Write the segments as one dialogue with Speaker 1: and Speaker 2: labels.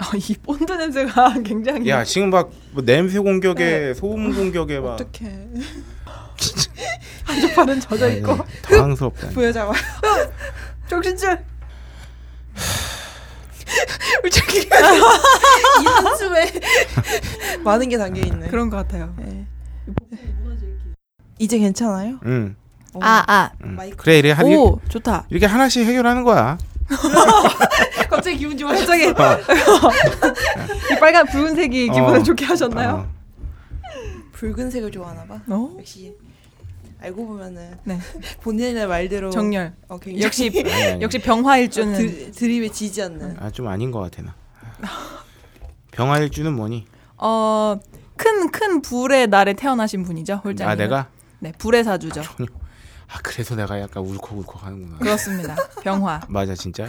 Speaker 1: 아, 이 본드 냄새가 굉장히
Speaker 2: 야 지금 막뭐 냄새 공격에 소음 공격에 막
Speaker 1: 음. 네. 어떡해 한쪽 팔은 젖어 있고
Speaker 2: 아니, 네, 당황스럽다.
Speaker 1: 부여잡아
Speaker 3: 정신줄
Speaker 1: 울적이
Speaker 3: 이쯤에 많은 게 담겨 있네.
Speaker 1: 그런 것 같아요.
Speaker 3: 네. 이제 괜찮아요?
Speaker 2: 응.
Speaker 1: 어.
Speaker 3: 아 아.
Speaker 2: 응.
Speaker 3: 마이크.
Speaker 2: 그래 이래 한 일-
Speaker 3: 오 좋다.
Speaker 2: 이렇게 하나씩 해결하는 거야.
Speaker 1: 갑자기 기분 좋아. 갑자기
Speaker 2: 어,
Speaker 1: 이 빨간 붉은색이 기분을
Speaker 2: 어.
Speaker 1: 좋게 하셨나요?
Speaker 2: 어.
Speaker 3: 붉은색을 좋아하나 봐.
Speaker 1: 어.
Speaker 3: 역시 알고 보면은
Speaker 1: 네.
Speaker 3: 본인의 말대로
Speaker 1: 정렬.
Speaker 3: 어, 굉장히
Speaker 1: 역시
Speaker 2: 아니, 아니.
Speaker 1: 역시 병화일주는
Speaker 3: 드, 드립에 지지 않는
Speaker 2: 아 좀 아닌 것 같아 나. 병화일주는 뭐니?
Speaker 1: 어. 큰 큰 불의 날에 태어나신 분이죠, 홀장님.
Speaker 2: 아 내가
Speaker 1: 네, 불의 사주죠.
Speaker 2: 아 그래서 내가 약간 울컥울컥하는구나.
Speaker 1: 그렇습니다. 병화.
Speaker 2: 맞아 진짜.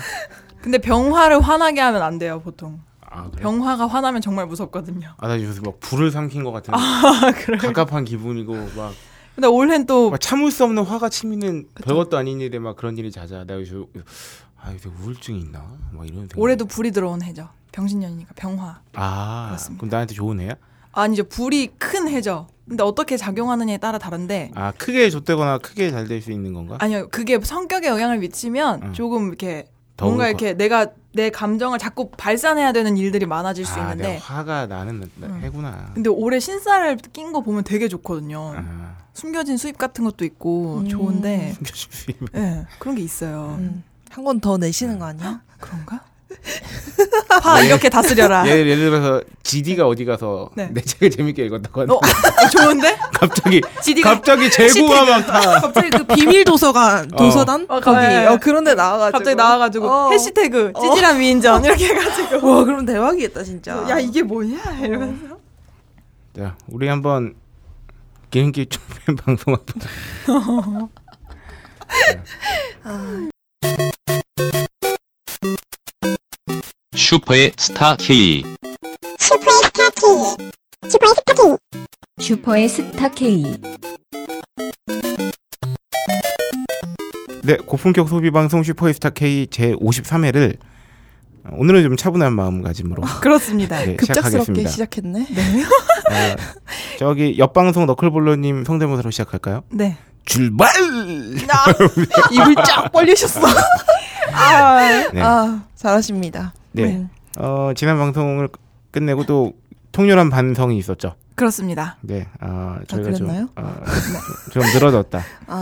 Speaker 1: 근데 병화를 화나게 하면 안 돼요, 보통.
Speaker 2: 아 그래.
Speaker 1: 병화가 화나면 정말 무섭거든요.
Speaker 2: 아나 요새 막 불을 삼킨 것 같은
Speaker 1: 아, 그래.
Speaker 2: 갑갑한 기분이고 막,
Speaker 1: 근데 올해는 또
Speaker 2: 막 참을 수 없는 화가 치미는 별것도 아닌 일에 막 그런 일이 자자. 내가 요새 아 요새 우울증이 있나? 막 이런 생각.
Speaker 1: 올해도 불이 들어온 해죠. 병신년이니까 병화.
Speaker 2: 아
Speaker 1: 그렇습니다.
Speaker 2: 그럼 나한테 좋은 해야?
Speaker 1: 아니죠. 불이 큰 해죠. 근데 어떻게 작용하느냐에 따라 다른데
Speaker 2: 아 크게 좆되거나 크게 잘 될 수 있는 건가?
Speaker 1: 아니요. 그게 성격에 영향을 미치면
Speaker 2: 음.
Speaker 1: 조금 이렇게
Speaker 2: 더
Speaker 1: 뭔가
Speaker 2: 울컥.
Speaker 1: 이렇게 내가 내 감정을 자꾸 발산해야 되는 일들이 많아질 수
Speaker 2: 아,
Speaker 1: 있는데 음.
Speaker 2: 내가 화가 나는 나- 해구나.
Speaker 1: 근데 올해 신사를 낀 거 보면 되게 좋거든요.
Speaker 2: 아,
Speaker 1: 숨겨진 수입 같은 것도 있고
Speaker 3: 음.
Speaker 1: 좋은데
Speaker 2: 숨겨주시.
Speaker 1: 예 그런 게 있어요.
Speaker 3: 음. 한 권 더 내시는 거 아니야?
Speaker 1: 그런가? 화 이렇게 다스려라.
Speaker 2: 네. 예를, 예를 들어서 GD가 어디 가서
Speaker 1: 아. 네.
Speaker 2: 내 책을 재밌게 읽었다고 하는데
Speaker 1: 어, 좋은데?
Speaker 2: 갑자기
Speaker 1: 지디가
Speaker 2: 갑자기 재고가 막 다.
Speaker 3: 갑자기 그 비밀 도서관
Speaker 2: 어.
Speaker 3: 도서관
Speaker 1: 어,
Speaker 3: 거기
Speaker 1: 네.
Speaker 3: 어, 그런데 나와가지고
Speaker 1: 갑자기 나와가지고
Speaker 3: 어.
Speaker 1: 해시태그 찌질한 위인전 이렇게 해가지고
Speaker 3: 와 그럼 대박이겠다 진짜.
Speaker 1: 야 이게 뭐냐 이러면서
Speaker 2: 자, 우리 한번 개인기 좀팬 방송 한번.
Speaker 3: 아,
Speaker 4: 슈퍼의 스타 K.
Speaker 5: 슈퍼의 스타 K.
Speaker 2: 네, 고품격 소비 방송 슈퍼스타 K 제 53회를 오늘은 좀 차분한 마음가짐으로
Speaker 1: 그렇습니다.
Speaker 2: 네,
Speaker 3: 급작스럽게
Speaker 2: 시작하겠습니다.
Speaker 3: 시작했네.
Speaker 2: 아, 저기 옆방송 너클볼러님 성대모사로 시작할까요?
Speaker 1: 네.
Speaker 2: 출발!
Speaker 3: 입을 쫙 벌리셨어. 아,
Speaker 2: 네.
Speaker 3: 아 잘하십니다.
Speaker 2: 네.
Speaker 3: 음.
Speaker 2: 어, 지난 방송을 끝내고 또 통렬한 반성이 있었죠.
Speaker 1: 그렇습니다.
Speaker 2: 네. 어, 저희가
Speaker 3: 아, 그랬나요?
Speaker 2: 좀, 어, 좀 늘어졌다.
Speaker 3: 아,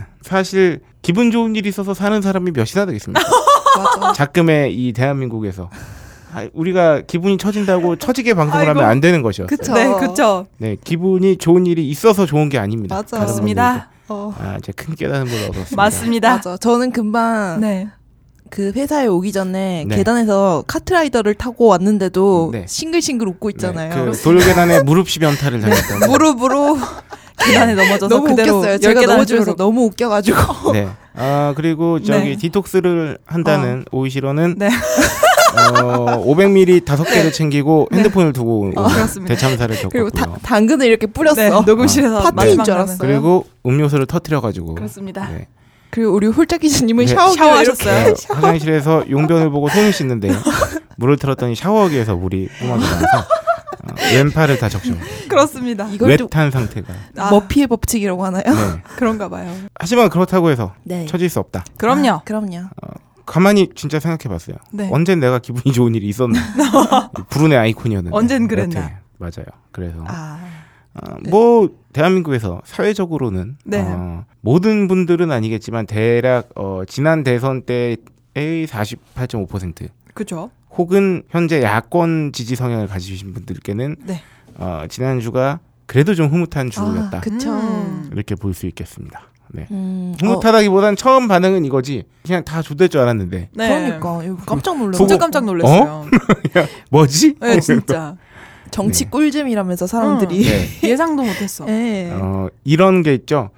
Speaker 2: 어, 사실 기분 좋은 일이 있어서 사는 사람이 몇이나 되겠습니까?
Speaker 3: 맞아.
Speaker 2: 작금의 이 대한민국에서 아, 우리가 기분이 처진다고 처지게 방송을
Speaker 1: 아이고.
Speaker 2: 하면 안 되는 것이었어요.
Speaker 3: 그쵸.
Speaker 1: 네, 그쵸.
Speaker 2: 네, 기분이 좋은 일이 있어서 좋은 게 아닙니다.
Speaker 3: 맞아.
Speaker 2: 다른
Speaker 1: 맞습니다.
Speaker 3: 어.
Speaker 2: 분들도. 아, 제가 큰 깨달음을 얻었습니다. 네.
Speaker 1: 맞습니다.
Speaker 3: 맞아. 저는 금방
Speaker 1: 네.
Speaker 3: 그 회사에 오기 전에
Speaker 2: 네.
Speaker 3: 계단에서 카트라이더를 타고 왔는데도
Speaker 2: 네.
Speaker 3: 싱글싱글 웃고
Speaker 2: 네,
Speaker 3: 있잖아요.
Speaker 2: 그 돌계단에 무릎십 연타를 당했다.
Speaker 3: 무릎으로
Speaker 1: 계단에 넘어져서
Speaker 3: 너무
Speaker 1: 그대로
Speaker 3: 웃겼어요. 제가
Speaker 1: 열계단
Speaker 3: 넘어져서
Speaker 1: 줄로
Speaker 3: 너무 웃겨가지고
Speaker 2: 네. 아 그리고 저기
Speaker 1: 네.
Speaker 2: 디톡스를 한다는 오이시로는
Speaker 1: 네.
Speaker 2: 어, 500ml 다섯 개를 챙기고 핸드폰을 두고 온
Speaker 1: 네. 어, 그렇습니다.
Speaker 2: 대참사를 겪었고요.
Speaker 3: 그리고 다, 당근을 이렇게 뿌렸어.
Speaker 1: 네, 녹음실에서
Speaker 3: 아, 파티인
Speaker 1: 마지막
Speaker 3: 줄
Speaker 1: 라면.
Speaker 3: 알았어요.
Speaker 2: 그리고 음료수를 터트려 가지고.
Speaker 1: 그렇습니다.
Speaker 2: 네.
Speaker 3: 그리고 우리 홀짝 기자님은
Speaker 2: 네.
Speaker 3: 샤워기
Speaker 1: 샤워하셨어요?
Speaker 2: 네, 화장실에서 용변을 보고 손을 씻는데 물을 틀었더니 샤워기에서 물이 뿜어나와서 어, 왼팔을 다 적셔.
Speaker 1: 그렇습니다.
Speaker 3: 이걸 또
Speaker 2: 외탄 상태가.
Speaker 1: 아,
Speaker 3: 머피의 법칙이라고 하나요?
Speaker 2: 네.
Speaker 1: 그런가 봐요. 아,
Speaker 2: 하지만 그렇다고 해서
Speaker 3: 네.
Speaker 2: 처질 수 없다.
Speaker 1: 그럼요.
Speaker 3: 아, 그럼요.
Speaker 2: 가만히 진짜 생각해봤어요.
Speaker 1: 네.
Speaker 2: 언젠 내가 기분이 좋은 일이 있었나. 불운의 아이콘이었는데.
Speaker 1: 언젠 그랬나.
Speaker 2: 여태. 맞아요. 그래서
Speaker 3: 아,
Speaker 2: 어, 뭐 대한민국에서 사회적으로는
Speaker 1: 네.
Speaker 2: 어, 모든 분들은 아니겠지만 대략 어, 지난 대선 때의 48.5%
Speaker 1: 그죠?
Speaker 2: 혹은 현재 야권 지지 성향을 가지신 분들께는
Speaker 1: 네.
Speaker 2: 어, 지난주가 그래도 좀 흐뭇한 주였다
Speaker 3: 아, 그쵸.
Speaker 1: 음.
Speaker 2: 이렇게 볼 수 있겠습니다. 네.
Speaker 3: 음, 어,
Speaker 2: 흐뭇하다기보단 처음 반응은 이거지 그냥 다 좋될 줄 알았는데
Speaker 1: 네.
Speaker 3: 그러니까 이거 깜짝 놀랐어.
Speaker 1: 진짜 깜짝 놀랐어요.
Speaker 2: 뭐지?
Speaker 1: 네, 진짜.
Speaker 3: 정치 꿀잼이라면서 사람들이.
Speaker 2: 네.
Speaker 1: 예상도 못했어.
Speaker 3: 예.
Speaker 2: 어, 이런 게 있죠.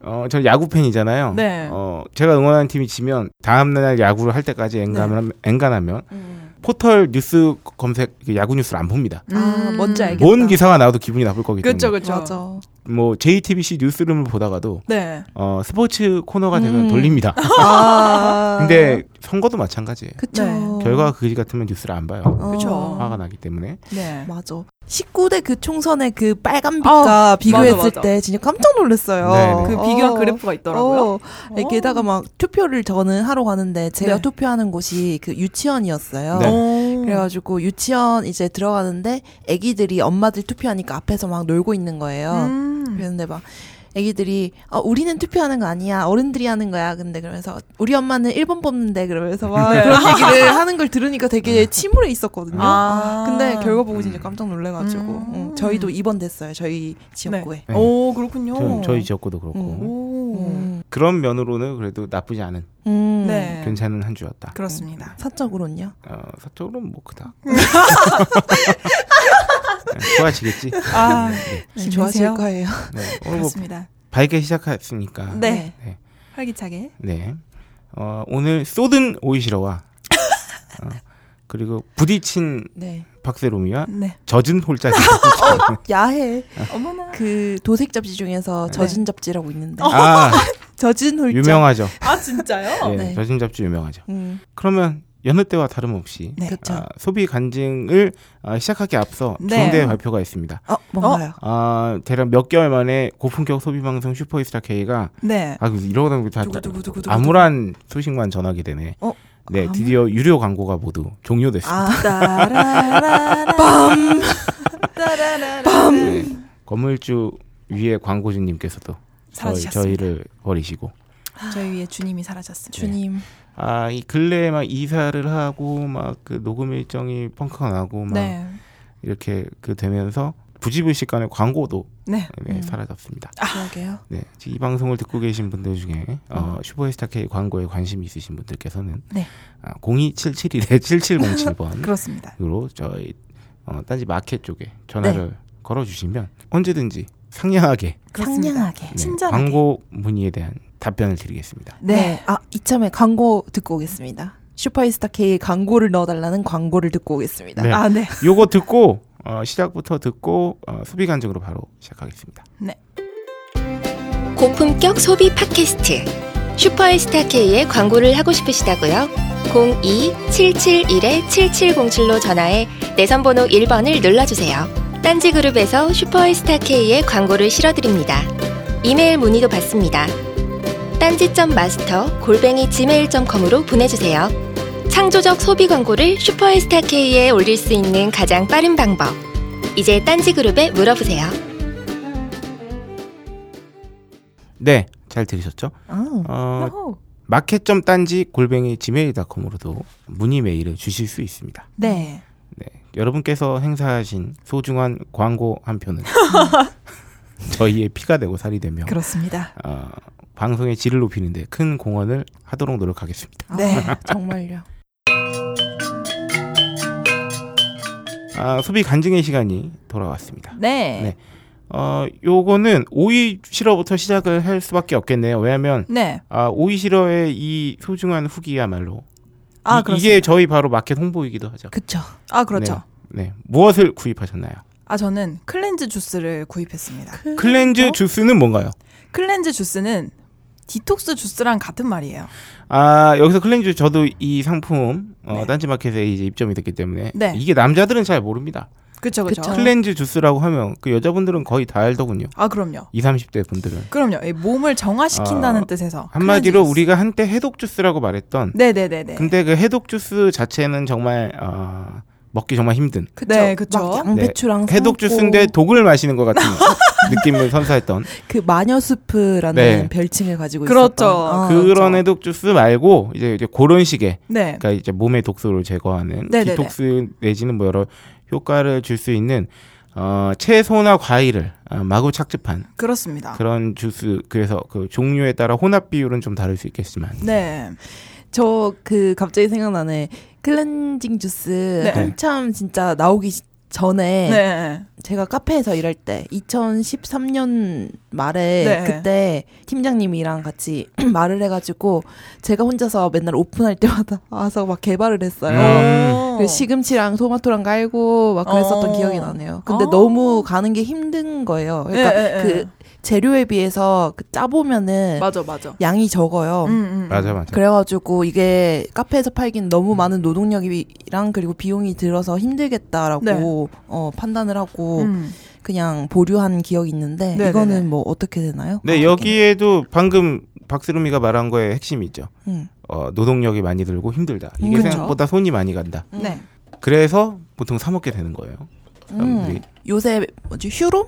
Speaker 2: 어, 저 야구 팬이잖아요.
Speaker 1: 네.
Speaker 2: 어, 제가 응원하는 팀이 지면 다음 날 야구를 할 때까지 엔간하면, 엔간하면
Speaker 3: 네. 음.
Speaker 2: 포털 뉴스 검색 그 야구 뉴스를 안 봅니다.
Speaker 3: 아, 뭔지 알겠다.
Speaker 2: 뭔 기사가 나와도 기분이 나쁠 거기 때문에.
Speaker 1: 음. 그쵸, 그쵸.
Speaker 3: 맞아.
Speaker 2: 뭐 JTBC 뉴스룸을 보다가도
Speaker 1: 네.
Speaker 2: 어, 스포츠 코너가 되면
Speaker 3: 음.
Speaker 2: 돌립니다.
Speaker 3: 아.
Speaker 2: 근데 선거도 마찬가지예요.
Speaker 3: 그쵸.
Speaker 1: 네.
Speaker 2: 결과가 그지 같으면 뉴스를 안 봐요.
Speaker 3: 어.
Speaker 1: 그쵸.
Speaker 2: 화가 나기 때문에
Speaker 1: 네.
Speaker 3: 맞아. 19대 그 총선의 그 빨간빛과 비교했을
Speaker 1: 아, 맞아, 맞아.
Speaker 3: 때 진짜 깜짝 놀랐어요.
Speaker 2: 네네.
Speaker 1: 그
Speaker 3: 어.
Speaker 1: 비교한 그래프가 있더라고요.
Speaker 3: 어. 게다가 막 투표를 저는 하러 가는데 제가
Speaker 1: 네.
Speaker 3: 투표하는 곳이 그 유치원이었어요.
Speaker 2: 네.
Speaker 1: 오.
Speaker 3: 그래가지고 유치원 이제 들어가는데 애기들이 엄마들 투표하니까 앞에서 막 놀고 있는 거예요.
Speaker 1: 음.
Speaker 3: 그런데 막 애기들이 어, 우리는 투표하는 거 아니야 어른들이 하는 거야 근데 그러면서 우리 엄마는 1번 뽑는데 그러면서 막
Speaker 1: 네.
Speaker 3: 그런 얘기를 하는 걸 들으니까 되게 침울해 있었거든요
Speaker 1: 아.
Speaker 3: 근데 결과 보고 진짜 깜짝 놀래가지고
Speaker 1: 음.
Speaker 3: 응, 저희도 2번 됐어요 저희 지역구에
Speaker 2: 네.
Speaker 1: 오 그렇군요.
Speaker 2: 저, 저희 지역구도 그렇고
Speaker 1: 오.
Speaker 3: 어. 음.
Speaker 2: 그런 면으로는 그래도 나쁘지 않은
Speaker 3: 음.
Speaker 1: 네.
Speaker 2: 괜찮은 한 주였다.
Speaker 1: 그렇습니다.
Speaker 3: 사적으로는요
Speaker 2: 어, 사적으로는 뭐 그닥 네, 좋아지겠지.
Speaker 1: 아,
Speaker 2: 네,
Speaker 3: 네,
Speaker 1: 힘내세요.
Speaker 3: 좋아하실 거예요
Speaker 2: 네. 오늘 뭐
Speaker 1: 그렇습니다.
Speaker 2: 밝게 시작했으니까
Speaker 1: 네.
Speaker 2: 네.
Speaker 1: 활기차게.
Speaker 2: 네. 어, 오늘 쏟은 오이시러와 어, 그리고 부딪힌
Speaker 3: 네.
Speaker 2: 박세롬이와
Speaker 1: 네.
Speaker 2: 젖은 홀짝
Speaker 3: 야해
Speaker 1: 어머나. 네. 어.
Speaker 3: 그 도색 잡지 중에서 젖은 잡지라고 있는데
Speaker 2: 아
Speaker 3: 젖은 홀짝
Speaker 2: 유명하죠.
Speaker 1: 아 진짜요?
Speaker 2: 예,
Speaker 3: 네.
Speaker 2: 젖은 잡지 유명하죠.
Speaker 3: 음,
Speaker 2: 그러면 여느 때와 다름없이
Speaker 1: 네.
Speaker 3: 그쵸
Speaker 2: 아, 소비 간증을 아, 시작하기 앞서
Speaker 1: 네.
Speaker 2: 중대 발표가 있습니다.
Speaker 3: 어 뭔가요
Speaker 2: 아, 대략 몇 개월 만에 고품격 소비 방송 슈퍼스타 K가
Speaker 1: 네.
Speaker 2: 아 이러다 보니까 다-
Speaker 1: 두구 두구 두구 두구.
Speaker 2: 암울한 소식만 전하게 되네.
Speaker 3: 어?
Speaker 2: 네,
Speaker 3: 암울?
Speaker 2: 드디어 유료 광고가 모두 종료됐습니다.
Speaker 3: 아
Speaker 1: 따라라라.
Speaker 3: 빰.
Speaker 1: 따라라라.
Speaker 2: 네, 건물주 위에 광고주님께서도 저희,
Speaker 1: 사라지셨습니다.
Speaker 2: 저희를 버리시고
Speaker 1: 저희 위에 주님이 사라졌습니다.
Speaker 3: 주님
Speaker 2: 아 이 근래에 막 이사를 하고 막 그 녹음 일정이 펑크가 나고 막
Speaker 1: 네.
Speaker 2: 이렇게 그 되면서 부지불식간에 광고도
Speaker 1: 네.
Speaker 2: 네,
Speaker 3: 음.
Speaker 2: 사라졌습니다.
Speaker 1: 아.
Speaker 3: 그러게요
Speaker 2: 네, 지금 이 방송을 듣고 계신 분들 중에 어, 슈퍼스타 K 광고에 관심이 있으신 분들께서는
Speaker 1: 음. 네.
Speaker 2: 아, 02771에 7707번
Speaker 1: 그렇습니다.
Speaker 2: 으로 저희 어, 딴지 마켓 쪽에 전화를 걸어주시면 언제든지 상냥하게
Speaker 1: 그렇습니다.
Speaker 3: 상냥하게.
Speaker 2: 네,
Speaker 1: 친절하게.
Speaker 2: 광고 문의에 대한 답변을 드리겠습니다.
Speaker 1: 네.
Speaker 3: 아, 이참에 광고 듣고 오겠습니다. 슈퍼스타 K의 광고를 넣어달라는 광고를 듣고 오겠습니다.
Speaker 2: 네.
Speaker 1: 아, 네.
Speaker 2: 요거 듣고 어, 시작부터 듣고 어, 소비 간증으로 바로 시작하겠습니다.
Speaker 5: 고품격 소비 팟캐스트 슈퍼에스타K의 광고를 하고 싶으시다고요? 02-771-7707로 전화해 내선번호 1번을 눌러주세요. 딴지그룹에서 슈퍼에스타K의 광고를 실어드립니다. 이메일 문의도 받습니다. 딴지.마스터 골뱅이 gmail.com으로 보내주세요. 창조적 소비 광고를 슈퍼에스타K에 올릴 수 있는 가장 빠른 방법. 이제 딴지그룹에 물어보세요.
Speaker 2: 네, 잘 들으셨죠?
Speaker 3: 아,
Speaker 2: 어,
Speaker 1: 야호.
Speaker 2: 마켓점 딴지 골뱅이 지메일닷컴으로도 문의 메일을 주실 수 있습니다.
Speaker 1: 네.
Speaker 2: 여러분께서 행사하신 소중한 광고 한 표는 저희의 피가 되고 살이 되며
Speaker 1: 그렇습니다.
Speaker 2: 어, 방송의 질을 높이는데 큰 공헌을 하도록 노력하겠습니다.
Speaker 1: 네.
Speaker 3: 아, 정말요.
Speaker 2: 아, 소비 간증의 시간이 돌아왔습니다.
Speaker 1: 네.
Speaker 2: 어, 요거는 오이 실어부터 시작을 할 수밖에 없겠네요. 왜냐하면
Speaker 1: 네.
Speaker 2: 아, 오이 실어의 이 소중한 후기야말로
Speaker 1: 아,
Speaker 2: 이-
Speaker 1: 그렇습니다.
Speaker 2: 이게 저희 바로 마켓 홍보이기도 하죠.
Speaker 3: 그쵸.
Speaker 1: 아, 그렇죠.
Speaker 2: 네, 무엇을 구입하셨나요?
Speaker 1: 아, 저는 클렌즈 주스를 구입했습니다. 뭐?
Speaker 2: 클렌즈 주스는 뭔가요?
Speaker 1: 클렌즈 주스는 디톡스 주스랑 같은 말이에요.
Speaker 2: 아 여기서 클렌즈 저도 이 상품 어,
Speaker 1: 네.
Speaker 2: 딴지마켓에 이제 입점이 됐기 때문에
Speaker 1: 네.
Speaker 2: 이게 남자들은 잘 모릅니다.
Speaker 1: 그렇죠. 그렇죠.
Speaker 3: 그쵸.
Speaker 2: 클렌즈 주스라고 하면 그 여자분들은 거의 다 알더군요.
Speaker 1: 아, 그럼요.
Speaker 2: 20, 30대 분들은
Speaker 1: 그럼요. 이 몸을 정화시킨다는
Speaker 2: 어,
Speaker 1: 뜻에서
Speaker 2: 한마디로
Speaker 1: 클렌즈 주스.
Speaker 2: 우리가 한때 해독 주스라고 말했던
Speaker 1: 네, 네, 네, 네.
Speaker 2: 근데 그 해독 주스 자체는 정말 어, 먹기 정말 힘든
Speaker 3: 그쵸.
Speaker 1: 네, 그쵸.
Speaker 3: 막 양배추랑
Speaker 2: 해독
Speaker 3: 삶고
Speaker 2: 주스인데 독을 마시는 것 같은 느낌을 선사했던
Speaker 3: 그 마녀 수프라는
Speaker 2: 네.
Speaker 3: 별칭을 가지고
Speaker 1: 그렇죠.
Speaker 3: 있었던. 아,
Speaker 2: 그런
Speaker 3: 그렇죠.
Speaker 2: 해독 주스 말고 이제 이제 그런 식의
Speaker 1: 네.
Speaker 2: 그러니까 이제 몸의 독소를 제거하는
Speaker 1: 네네네.
Speaker 2: 디톡스 내지는 뭐 여러 효과를 줄 수 있는 어, 채소나 과일을 어, 마구 착즙한
Speaker 1: 그렇습니다.
Speaker 2: 그런 주스 그래서 그 종류에 따라 혼합 비율은 좀 다를 수 있겠지만
Speaker 1: 네.
Speaker 3: 저 그 갑자기 생각나네. 클렌징 주스
Speaker 1: 네.
Speaker 3: 한참 진짜 나오기 시- 전에
Speaker 1: 네. 네.
Speaker 3: 제가 카페에서 일할 때 2013년 말에
Speaker 1: 네.
Speaker 3: 그때 팀장님이랑 같이 말을 해가지고 제가 혼자서 맨날 오픈할 때마다 와서 막 개발을
Speaker 2: 음.
Speaker 3: 했어요.
Speaker 1: 오.
Speaker 3: 그 시금치랑 토마토랑 깔고 막 그랬었던
Speaker 1: 어.
Speaker 3: 기억이 나네요. 근데
Speaker 1: 어.
Speaker 3: 너무 가는 게 힘든 거예요. 그러니까
Speaker 1: 예, 예, 예.
Speaker 3: 그 재료에 비해서 그 짜보면은
Speaker 1: 맞아 맞아.
Speaker 3: 양이 적어요.
Speaker 1: 음, 음, 음.
Speaker 2: 맞아 맞아.
Speaker 3: 그래가지고 이게 카페에서 팔긴 너무 많은 노동력이랑 그리고 비용이 들어서 힘들겠다라고
Speaker 1: 네.
Speaker 3: 어, 판단을 하고
Speaker 1: 음.
Speaker 3: 그냥 보류한 기억이 있는데
Speaker 1: 네네네.
Speaker 3: 이거는 뭐 어떻게 되나요?
Speaker 2: 네 여기에도 방금 박스름이가 말한 거에 핵심이 있죠.
Speaker 3: 음.
Speaker 2: 어, 노동력이 많이 들고 힘들다. 이게
Speaker 1: 음, 그쵸.
Speaker 2: 생각보다 손이 많이 간다.
Speaker 1: 네.
Speaker 2: 그래서 보통 사 먹게 되는 거예요.
Speaker 3: 음.
Speaker 2: 우리-
Speaker 3: 요새 뭐지 휴롬?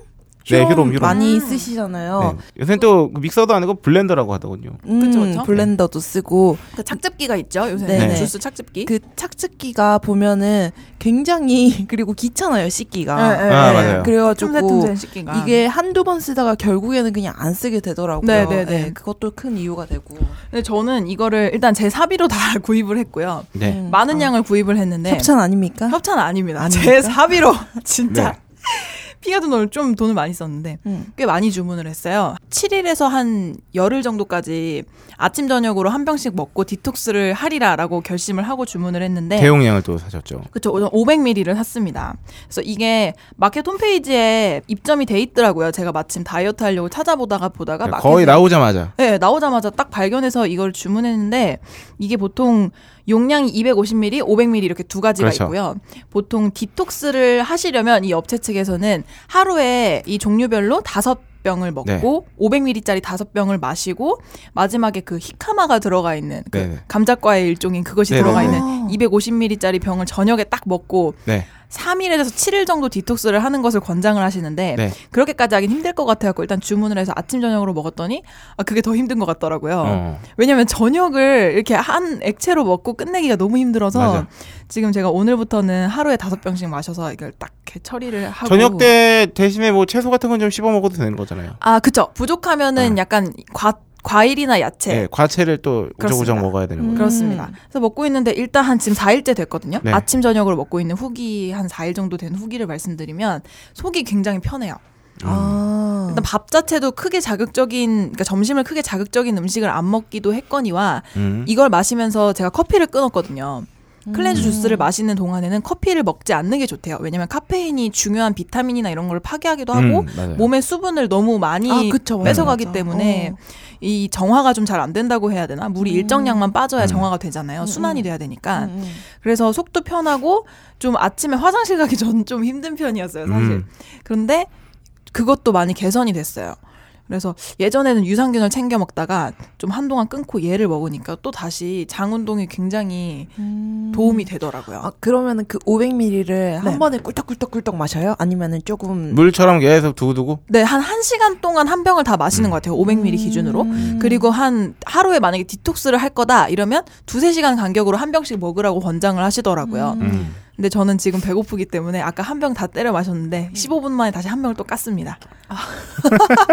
Speaker 2: 네, 휴롬, 휴롬.
Speaker 3: 많이
Speaker 1: 음.
Speaker 3: 쓰시잖아요.
Speaker 2: 네. 요새 또그 믹서도 아니고 블렌더라고 하더군요.
Speaker 3: 음,
Speaker 1: 그쵸, 그쵸?
Speaker 3: 블렌더도 쓰고
Speaker 1: 그 착즙기가 있죠 요새
Speaker 3: 네네.
Speaker 1: 는 주스 착즙기.
Speaker 3: 그 착즙기가 보면은 굉장히 그리고 귀찮아요 씻기가.
Speaker 1: 예, 예,
Speaker 2: 아,
Speaker 1: 예.
Speaker 2: 맞아요.
Speaker 3: 그래가지고
Speaker 1: 틈새틈새 씻기가.
Speaker 3: 이게 한두 번 쓰다가 결국에는 그냥 안 쓰게 되더라고요.
Speaker 1: 네네네.
Speaker 3: 네, 그것도 큰 이유가 되고.
Speaker 1: 근데 저는 이거를 일단 제 사비로 다 구입을 했고요.
Speaker 2: 네.
Speaker 3: 음.
Speaker 1: 많은
Speaker 3: 어.
Speaker 1: 양을 구입을 했는데
Speaker 3: 협찬 아닙니까?
Speaker 1: 네. 협찬 아닙니다.
Speaker 3: 아닙니까?
Speaker 1: 제 사비로
Speaker 2: 네.
Speaker 1: 진짜 피가 돈을 좀 돈을 많이 썼는데
Speaker 3: 음.
Speaker 1: 꽤 많이 주문을 했어요. 7일에서 한 열흘 정도까지 아침 저녁으로 한 병씩 먹고 디톡스를 하리라라고 결심을 하고 주문을 했는데
Speaker 2: 대용량을 또 사셨죠.
Speaker 1: 그쵸, 500ml를 샀습니다. 그래서 이게 마켓 홈페이지에 입점이 돼 있더라고요. 제가 마침 다이어트 하려고 찾아보다가 보다가 그러니까 마켓에-
Speaker 2: 네, 거의 나오자마자.
Speaker 1: 네, 나오자마자 딱 발견해서 이걸 주문했는데 이게 보통 용량이 250ml, 500ml 이렇게 두 가지가
Speaker 2: 그렇죠.
Speaker 1: 있고요. 보통 디톡스를 하시려면 이 업체 측에서는 하루에 이 종류별로 다섯 병을
Speaker 2: 네.
Speaker 1: 먹고 500ml짜리 다섯 병을 마시고 마지막에 그 히카마가 들어가 있는 그
Speaker 2: 네네.
Speaker 1: 감자과의 일종인 그것이
Speaker 2: 네,
Speaker 1: 들어가
Speaker 2: 네네.
Speaker 1: 있는 250ml짜리 병을 저녁에 딱 먹고
Speaker 2: 네.
Speaker 1: 3일에서 7일 정도 디톡스를 하는 것을 권장을 하시는데
Speaker 2: 네.
Speaker 1: 그렇게까지 하긴 힘들 것 같아갖고 일단 주문을 해서 아침 저녁으로 먹었더니 아 그게 더 힘든 것 같더라고요.
Speaker 2: 어.
Speaker 1: 왜냐면 저녁을 이렇게 한 액체로 먹고 끝내기가 너무 힘들어서
Speaker 2: 맞아.
Speaker 1: 지금 제가 오늘부터는 하루에 다섯 병씩 마셔서 이걸 딱 이렇게 처리를 하고
Speaker 2: 저녁 때 대신에 뭐 채소 같은 건 좀 씹어 먹어도 되는 거잖아요.
Speaker 1: 아 그쵸 부족하면은
Speaker 2: 음.
Speaker 1: 약간 과 과일이나 야채
Speaker 2: 네, 과채를 또 우적우적
Speaker 1: 그렇습니다.
Speaker 2: 먹어야 되는 거예요.
Speaker 1: 그렇습니다.
Speaker 3: 음.
Speaker 1: 그래서 먹고 있는데 일단 한 지금 4일째 됐거든요.
Speaker 2: 네.
Speaker 1: 아침 저녁으로 먹고 있는 후기 한 4일 정도 된 후기를 말씀드리면 속이 굉장히 편해요.
Speaker 3: 아.
Speaker 1: 일단 밥 자체도 크게 자극적인 그러니까 점심을 크게 자극적인 음식을 안 먹기도 했거니와
Speaker 2: 음.
Speaker 1: 이걸 마시면서 제가 커피를 끊었거든요. 클렌즈
Speaker 3: 음.
Speaker 1: 주스를 마시는 동안에는 커피를 먹지 않는 게 좋대요. 왜냐면 카페인이 중요한 비타민이나 이런 걸 파괴하기도 하고
Speaker 2: 음, 맞아요.
Speaker 1: 몸의 수분을 너무 많이
Speaker 3: 네. 아, 그쵸, 맞아,
Speaker 1: 뺏어가기
Speaker 3: 맞아.
Speaker 1: 때문에
Speaker 3: 어.
Speaker 1: 이 정화가 좀 잘 안 된다고 해야 되나? 물이
Speaker 3: 음.
Speaker 1: 일정량만 빠져야
Speaker 2: 음.
Speaker 1: 정화가 되잖아요. 순환이 돼야 되니까.
Speaker 3: 음, 음.
Speaker 1: 그래서 속도 편하고 좀 아침에 화장실 가기 전 좀 힘든 편이었어요, 사실.
Speaker 2: 음.
Speaker 1: 그런데 그것도 많이 개선이 됐어요. 그래서 예전에는 유산균을 챙겨 먹다가 좀 한동안 끊고 얘를 먹으니까 또 다시 장 운동이 굉장히
Speaker 3: 음.
Speaker 1: 도움이 되더라고요.
Speaker 3: 아 그러면은 그 500ml를
Speaker 1: 네.
Speaker 3: 한 번에 꿀떡꿀떡꿀떡 마셔요? 아니면은
Speaker 1: 음.
Speaker 3: 조금
Speaker 2: 물처럼 계속 두고두고
Speaker 1: 네, 한 1시간 동안 한 병을 다 마시는 것 같아요. 500ml 기준으로.
Speaker 3: 음.
Speaker 1: 그리고 한 하루에 만약에 디톡스를 할 거다 이러면 두세 시간 간격으로 한 병씩 먹으라고 권장을 하시더라고요.
Speaker 3: 음.
Speaker 2: 음.
Speaker 1: 근데 저는 지금 배고프기 때문에 아까 한 병 다 때려 마셨는데
Speaker 3: 음.
Speaker 1: 15분 만에 다시 한 병을 또 깠습니다.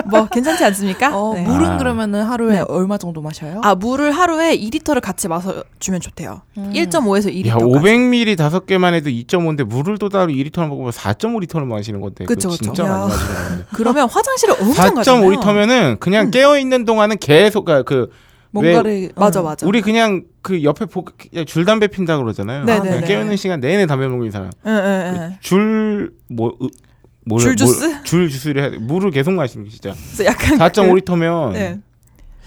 Speaker 1: 뭐 괜찮지 않습니까?
Speaker 3: 아. 어,
Speaker 1: 네.
Speaker 3: 물은
Speaker 2: 아.
Speaker 3: 그러면은 하루에
Speaker 1: 네.
Speaker 3: 얼마 정도 마셔요?
Speaker 1: 아 물을 하루에 2리터를 같이 마셔 주면 좋대요.
Speaker 3: 음.
Speaker 1: 1.5에서 2리터.
Speaker 2: 야, 500ml 다섯 개만 해도 2.5인데 물을 또 따로 2리터를 먹으면 4.5리터를 마시는 건데. 그거
Speaker 1: 그쵸, 그쵸.
Speaker 2: 진짜
Speaker 3: 야.
Speaker 2: 많이 마시는 건데.
Speaker 1: 그러면 화장실을 엄청 가잖아요.
Speaker 2: 4.5리터면은 그냥 깨어 있는 동안은 계속 그러니까 그
Speaker 3: 뭔가를 어.
Speaker 1: 맞아 맞아.
Speaker 2: 우리 그냥 그 옆에 보, 그냥 줄담배 핀다 그러잖아요.
Speaker 1: 네,
Speaker 2: 그냥
Speaker 1: 네,
Speaker 2: 깨어
Speaker 1: 네.
Speaker 2: 있는 시간 내내 담배 먹는 사람.
Speaker 1: 예, 예, 예.
Speaker 2: 줄뭐 뭐,
Speaker 1: 줄 주스?
Speaker 2: 뭐, 줄 주스를 해야 돼. 물을 계속 마시는 게 진짜
Speaker 1: 그래서 약간
Speaker 2: 4.5리터면
Speaker 1: 네.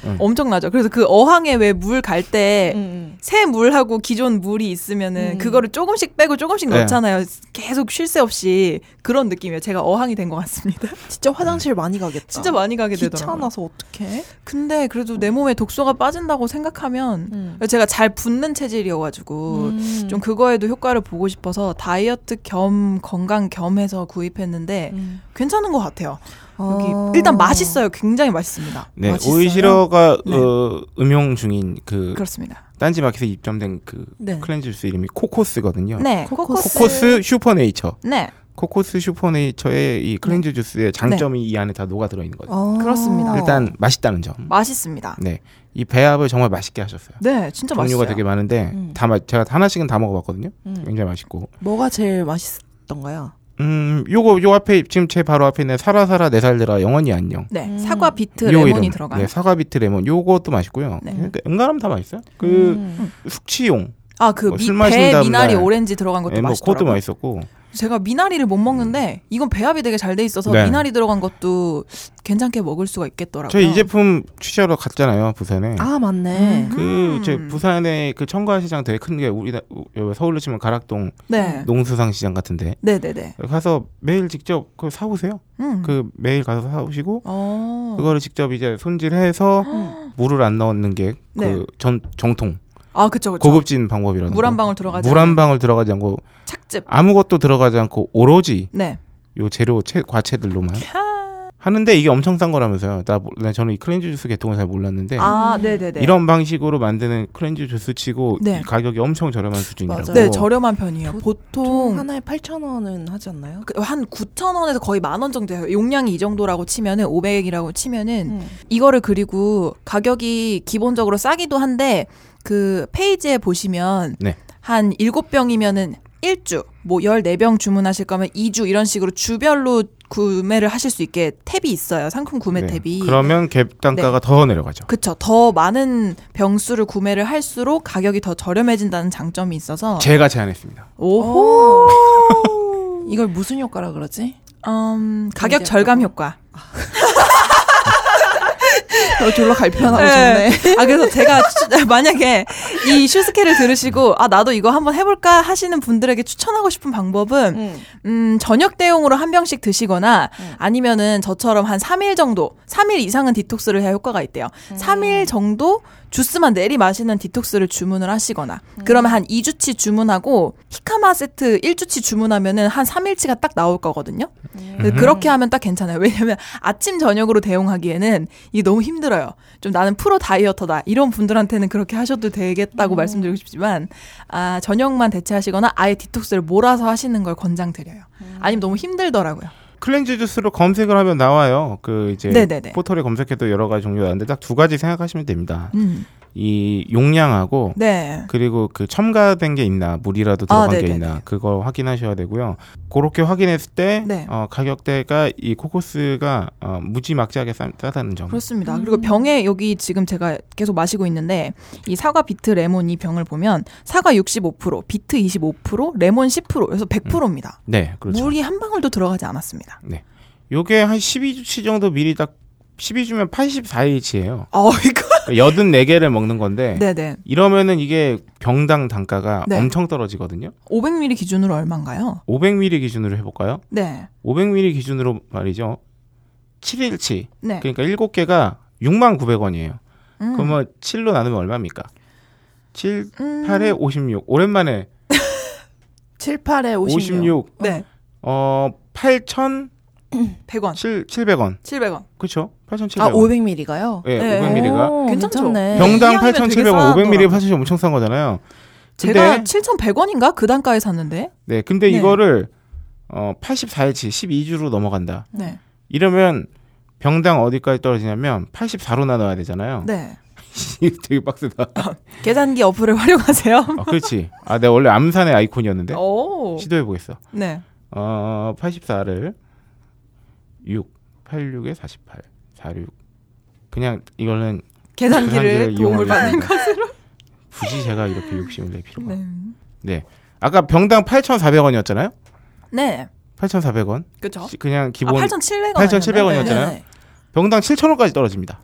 Speaker 2: 음.
Speaker 1: 엄청나죠. 그래서 그 어항에 왜 물 갈 때
Speaker 3: 음,
Speaker 1: 새 물하고 기존 물이 있으면은
Speaker 3: 음.
Speaker 1: 그거를 조금씩 빼고 조금씩
Speaker 2: 네.
Speaker 1: 넣잖아요. 계속 쉴 새 없이 그런 느낌이에요. 제가 어항이 된 것 같습니다.
Speaker 3: 음. 진짜 화장실 많이 가겠다.
Speaker 1: 진짜 많이 가게 되더라고요.
Speaker 3: 아, 귀찮아서 어떡해?
Speaker 1: 근데 그래도 내 몸에 독소가 빠진다고 생각하면 제가 잘 붓는 체질이어가지고
Speaker 3: 음.
Speaker 1: 좀 그거에도 효과를 보고 싶어서 다이어트 겸 건강 겸 해서 구입했는데
Speaker 3: 음.
Speaker 1: 괜찮은 것 같아요. 여기
Speaker 3: 어.
Speaker 1: 일단 맛있어요. 굉장히 맛있습니다.
Speaker 2: 네,
Speaker 3: 맛있어요?
Speaker 2: 오이시러가
Speaker 1: 네.
Speaker 2: 어, 음용 중인 그
Speaker 1: 그렇습니다.
Speaker 2: 딴지마켓에 입점된 그
Speaker 3: 네.
Speaker 2: 클렌즈 주스 이름이 코코스거든요.
Speaker 1: 네,
Speaker 3: 코코스.
Speaker 1: 코코스.
Speaker 2: 어. 코코스 슈퍼네이처.
Speaker 1: 네,
Speaker 2: 코코스 슈퍼네이처의 이 클렌즈 주스의 장점이
Speaker 1: 네.
Speaker 2: 이 안에 다 녹아 들어 있는 거죠.
Speaker 3: 어.
Speaker 1: 그렇습니다.
Speaker 2: 일단 맛있다는 점.
Speaker 1: 맛있습니다.
Speaker 2: 네. 이 배합을 정말 맛있게 하셨어요.
Speaker 1: 네, 진짜
Speaker 2: 종류가
Speaker 1: 맛있어요.
Speaker 2: 되게 많은데
Speaker 3: 음.
Speaker 2: 다 마- 제가 하나씩은 다 먹어봤거든요.
Speaker 3: 음.
Speaker 2: 굉장히 맛있고.
Speaker 3: 뭐가 제일 맛있었던가요?
Speaker 2: 음, 요거 요 앞에 지금 제 바로 앞에 있는 사라사라 네 살들아 영원히 안녕.
Speaker 1: 네,
Speaker 3: 음.
Speaker 1: 사과 비트
Speaker 2: 요
Speaker 1: 레몬이
Speaker 2: 이름.
Speaker 1: 들어간.
Speaker 2: 네, 사과 비트 레몬. 요것도 맛있고요.
Speaker 1: 네.
Speaker 2: 그러니까 응가람 다 맛있어요. 그
Speaker 3: 음.
Speaker 2: 숙취용,
Speaker 1: 아, 그
Speaker 2: 뭐술
Speaker 1: 미, 배
Speaker 2: 마신다는
Speaker 1: 미나리
Speaker 2: 날.
Speaker 1: 오렌지 들어간 것도
Speaker 2: 네, 뭐
Speaker 1: 맛있더라고요.
Speaker 2: 그것도 맛있었고 음.
Speaker 1: 제가 미나리를 못 먹는데 이건 배합이 되게 잘 돼 있어서
Speaker 2: 네.
Speaker 1: 미나리 들어간 것도 괜찮게 먹을 수가 있겠더라고요.
Speaker 2: 저희 이 제품 취재하러 갔잖아요 부산에.
Speaker 3: 아 맞네.
Speaker 1: 음.
Speaker 2: 그 이제 부산의 그 청과 시장 되게 큰 게 우리 서울로 치면 가락동
Speaker 1: 네.
Speaker 2: 농수상 시장 같은데
Speaker 1: 네네네.
Speaker 2: 가서 매일 직접 그 사오세요.
Speaker 1: 음.
Speaker 2: 그 매일 가서 사오시고
Speaker 1: 어.
Speaker 2: 그거를 직접 이제 손질해서 물을 안 넣는 게
Speaker 1: 네.
Speaker 2: 그 전 정통
Speaker 1: 아 그쵸 그쵸.
Speaker 2: 고급진 방법이라는
Speaker 1: 물 한 방울 들어가지
Speaker 2: 물 한 방울 들어가지 않고
Speaker 1: 착즙.
Speaker 2: 아무것도 들어가지 않고 오로지
Speaker 1: 네.
Speaker 2: 요 재료 채, 과체들로만 하는데 이게 엄청 싼 거라면서요. 나 몰- 나- 저는 이 클렌즈 주스 개통을 잘 몰랐는데
Speaker 1: 아 네네네.
Speaker 2: 이런 방식으로 만드는 클렌즈 주스치고
Speaker 1: 네.
Speaker 2: 이 가격이 엄청 저렴한 수준이라고.
Speaker 3: 맞아요.
Speaker 1: 네 저렴한 편이에요.
Speaker 3: 그 총
Speaker 1: 보통
Speaker 3: 하나에 8,000원은 하지 않나요?
Speaker 1: 그- 한 9천 원에서 거의 만 원 정도 돼요. 용량이 이 정도라고 치면은 500이라고 치면은
Speaker 3: 음.
Speaker 1: 이거를 그리고 가격이 기본적으로 싸기도 한데 그 페이지에 보시면
Speaker 2: 네.
Speaker 1: 한 7병이면은 1주, 뭐 14병 주문하실 거면 2주 이런 식으로 주별로 구매를 하실 수 있게 탭이 있어요. 상품 구매
Speaker 2: 네.
Speaker 1: 탭이.
Speaker 2: 그러면 갭 단가가
Speaker 1: 네.
Speaker 2: 더 내려가죠.
Speaker 1: 그쵸. 더 많은 병수를 구매를 할수록 가격이 더 저렴해진다는 장점이 있어서.
Speaker 2: 제가 제안했습니다.
Speaker 1: 오호!
Speaker 3: 이걸 무슨 효과라 그러지?
Speaker 1: 음, 가격 절감 효과.
Speaker 3: 저 아. 졸라 갈편하고
Speaker 1: 네.
Speaker 3: 좋네.
Speaker 1: 아 그래서 제가 추- 만약에 이 슈스케를 들으시고 아 나도 이거 한번 해볼까 하시는 분들에게 추천하고 싶은 방법은
Speaker 3: 음.
Speaker 1: 음 저녁 대용으로 한 병씩 드시거나 아니면은 저처럼 한 3일 정도 3일 이상은 디톡스를 해야 효과가 있대요. 3일 정도 주스만 내리 마시는 디톡스를 주문을 하시거나 그러면 한 2주치 주문하고 히카마 세트 1주치 주문하면은 한 3일치가 딱 나올 거거든요.
Speaker 2: 음.
Speaker 1: 근데 그렇게 하면 딱 괜찮아요. 왜냐면 아침 저녁으로 대용하기에는 이게 너무 힘들어요. 좀 나는 프로 다이어터다 이런 분들한테는 그렇게 하셔도
Speaker 2: 음.
Speaker 1: 되겠다고 말씀드리고 싶지만 아 저녁만 대체하시거나 아예 디톡스를 몰아서 하시는 걸 권장드려요.
Speaker 2: 음.
Speaker 1: 아니면 너무 힘들더라고요.
Speaker 2: 클렌즈 주스로 검색을 하면 나와요. 그 이제
Speaker 1: 네네네.
Speaker 2: 포털에 검색해도 여러 가지 종류가 나는데 딱 두 가지 생각하시면 됩니다.
Speaker 1: 음.
Speaker 2: 이 용량하고
Speaker 1: 네.
Speaker 2: 그리고 그 첨가된 게 있나 물이라도
Speaker 1: 아,
Speaker 2: 들어간 게
Speaker 1: 네네네.
Speaker 2: 있나 그거 확인하셔야 되고요. 그렇게 확인했을 때
Speaker 1: 네.
Speaker 2: 어, 가격대가 이 코코스가 어, 무지막지하게 싸, 싸다는 점.
Speaker 1: 그렇습니다. 그리고 병에 여기 지금 제가 계속 마시고 있는데 이 사과 비트 레몬 이 병을 보면 사과 65%, 비트 25%, 레몬 10%, 그래서 100%입니다.
Speaker 2: 네, 그렇죠.
Speaker 1: 물이 한 방울도 들어가지 않았습니다.
Speaker 2: 요게 한 12주치 정도 미리 딱 12주면 84일치예요.
Speaker 1: 어, 이거.
Speaker 2: 84개를 먹는 건데
Speaker 1: 네네.
Speaker 2: 이러면은 이게 병당 단가가
Speaker 1: 네.
Speaker 2: 엄청 떨어지거든요.
Speaker 1: 500ml 기준으로 얼마인가요?
Speaker 2: 500ml 기준으로 해볼까요?
Speaker 1: 네.
Speaker 2: 500ml 기준으로 말이죠. 7일치.
Speaker 1: 네.
Speaker 2: 그러니까 7개가 6만 900원이에요.
Speaker 1: 음.
Speaker 2: 그러면 7로 나누면 얼마입니까? 7,
Speaker 1: 음.
Speaker 2: 8에 56. 오랜만에
Speaker 3: 7, 8에 56.
Speaker 2: 56.
Speaker 1: 네.
Speaker 2: 어, 8,700원.
Speaker 1: 100원. 700원.
Speaker 2: 그렇죠? 8,700원.
Speaker 3: 아, 500ml가요?
Speaker 2: 예,
Speaker 1: 네.
Speaker 2: 500ml가
Speaker 1: 괜찮죠?
Speaker 3: 괜찮네.
Speaker 2: 병당
Speaker 1: 이왕이면 되게
Speaker 2: 8,700원. 500ml
Speaker 1: 싸더라고요.
Speaker 2: 사실 엄청 싼 거잖아요. 근데
Speaker 1: 제가 7,100원인가 그 단가에 샀는데.
Speaker 2: 네, 근데
Speaker 1: 네.
Speaker 2: 이거를 어, 84일치 12주로 넘어간다.
Speaker 1: 네.
Speaker 2: 이러면 병당 어디까지 떨어지냐면 84로 나눠야 되잖아요.
Speaker 1: 네.
Speaker 2: 되게 빡세다.
Speaker 1: 계산기 어플을 활용하세요.
Speaker 2: 아, 그렇지. 아, 내가 원래 암산의 아이콘이었는데
Speaker 1: 어. 오.
Speaker 2: 네? 시도해 보겠어.
Speaker 1: 네.
Speaker 2: 어, 84를 6, 86에 48, 46. 그냥 이거는
Speaker 1: 계산기를
Speaker 2: 계산기를
Speaker 1: 도움을
Speaker 2: 이용하면
Speaker 1: 받는
Speaker 2: 됩니다.
Speaker 1: 것으로.
Speaker 2: 굳이 제가 이렇게 욕심을 낼 필요가.
Speaker 1: 네.
Speaker 2: 아까 병당 8,400원이었잖아요.
Speaker 1: 네.
Speaker 2: 8,400원.
Speaker 1: 그쵸?
Speaker 2: 그냥
Speaker 1: 아,
Speaker 2: 기본
Speaker 1: 8,700원.
Speaker 2: 8,700원
Speaker 1: 아니었나요?
Speaker 2: 이었잖아요.
Speaker 3: 네네.
Speaker 2: 병당 7,000원까지 떨어집니다.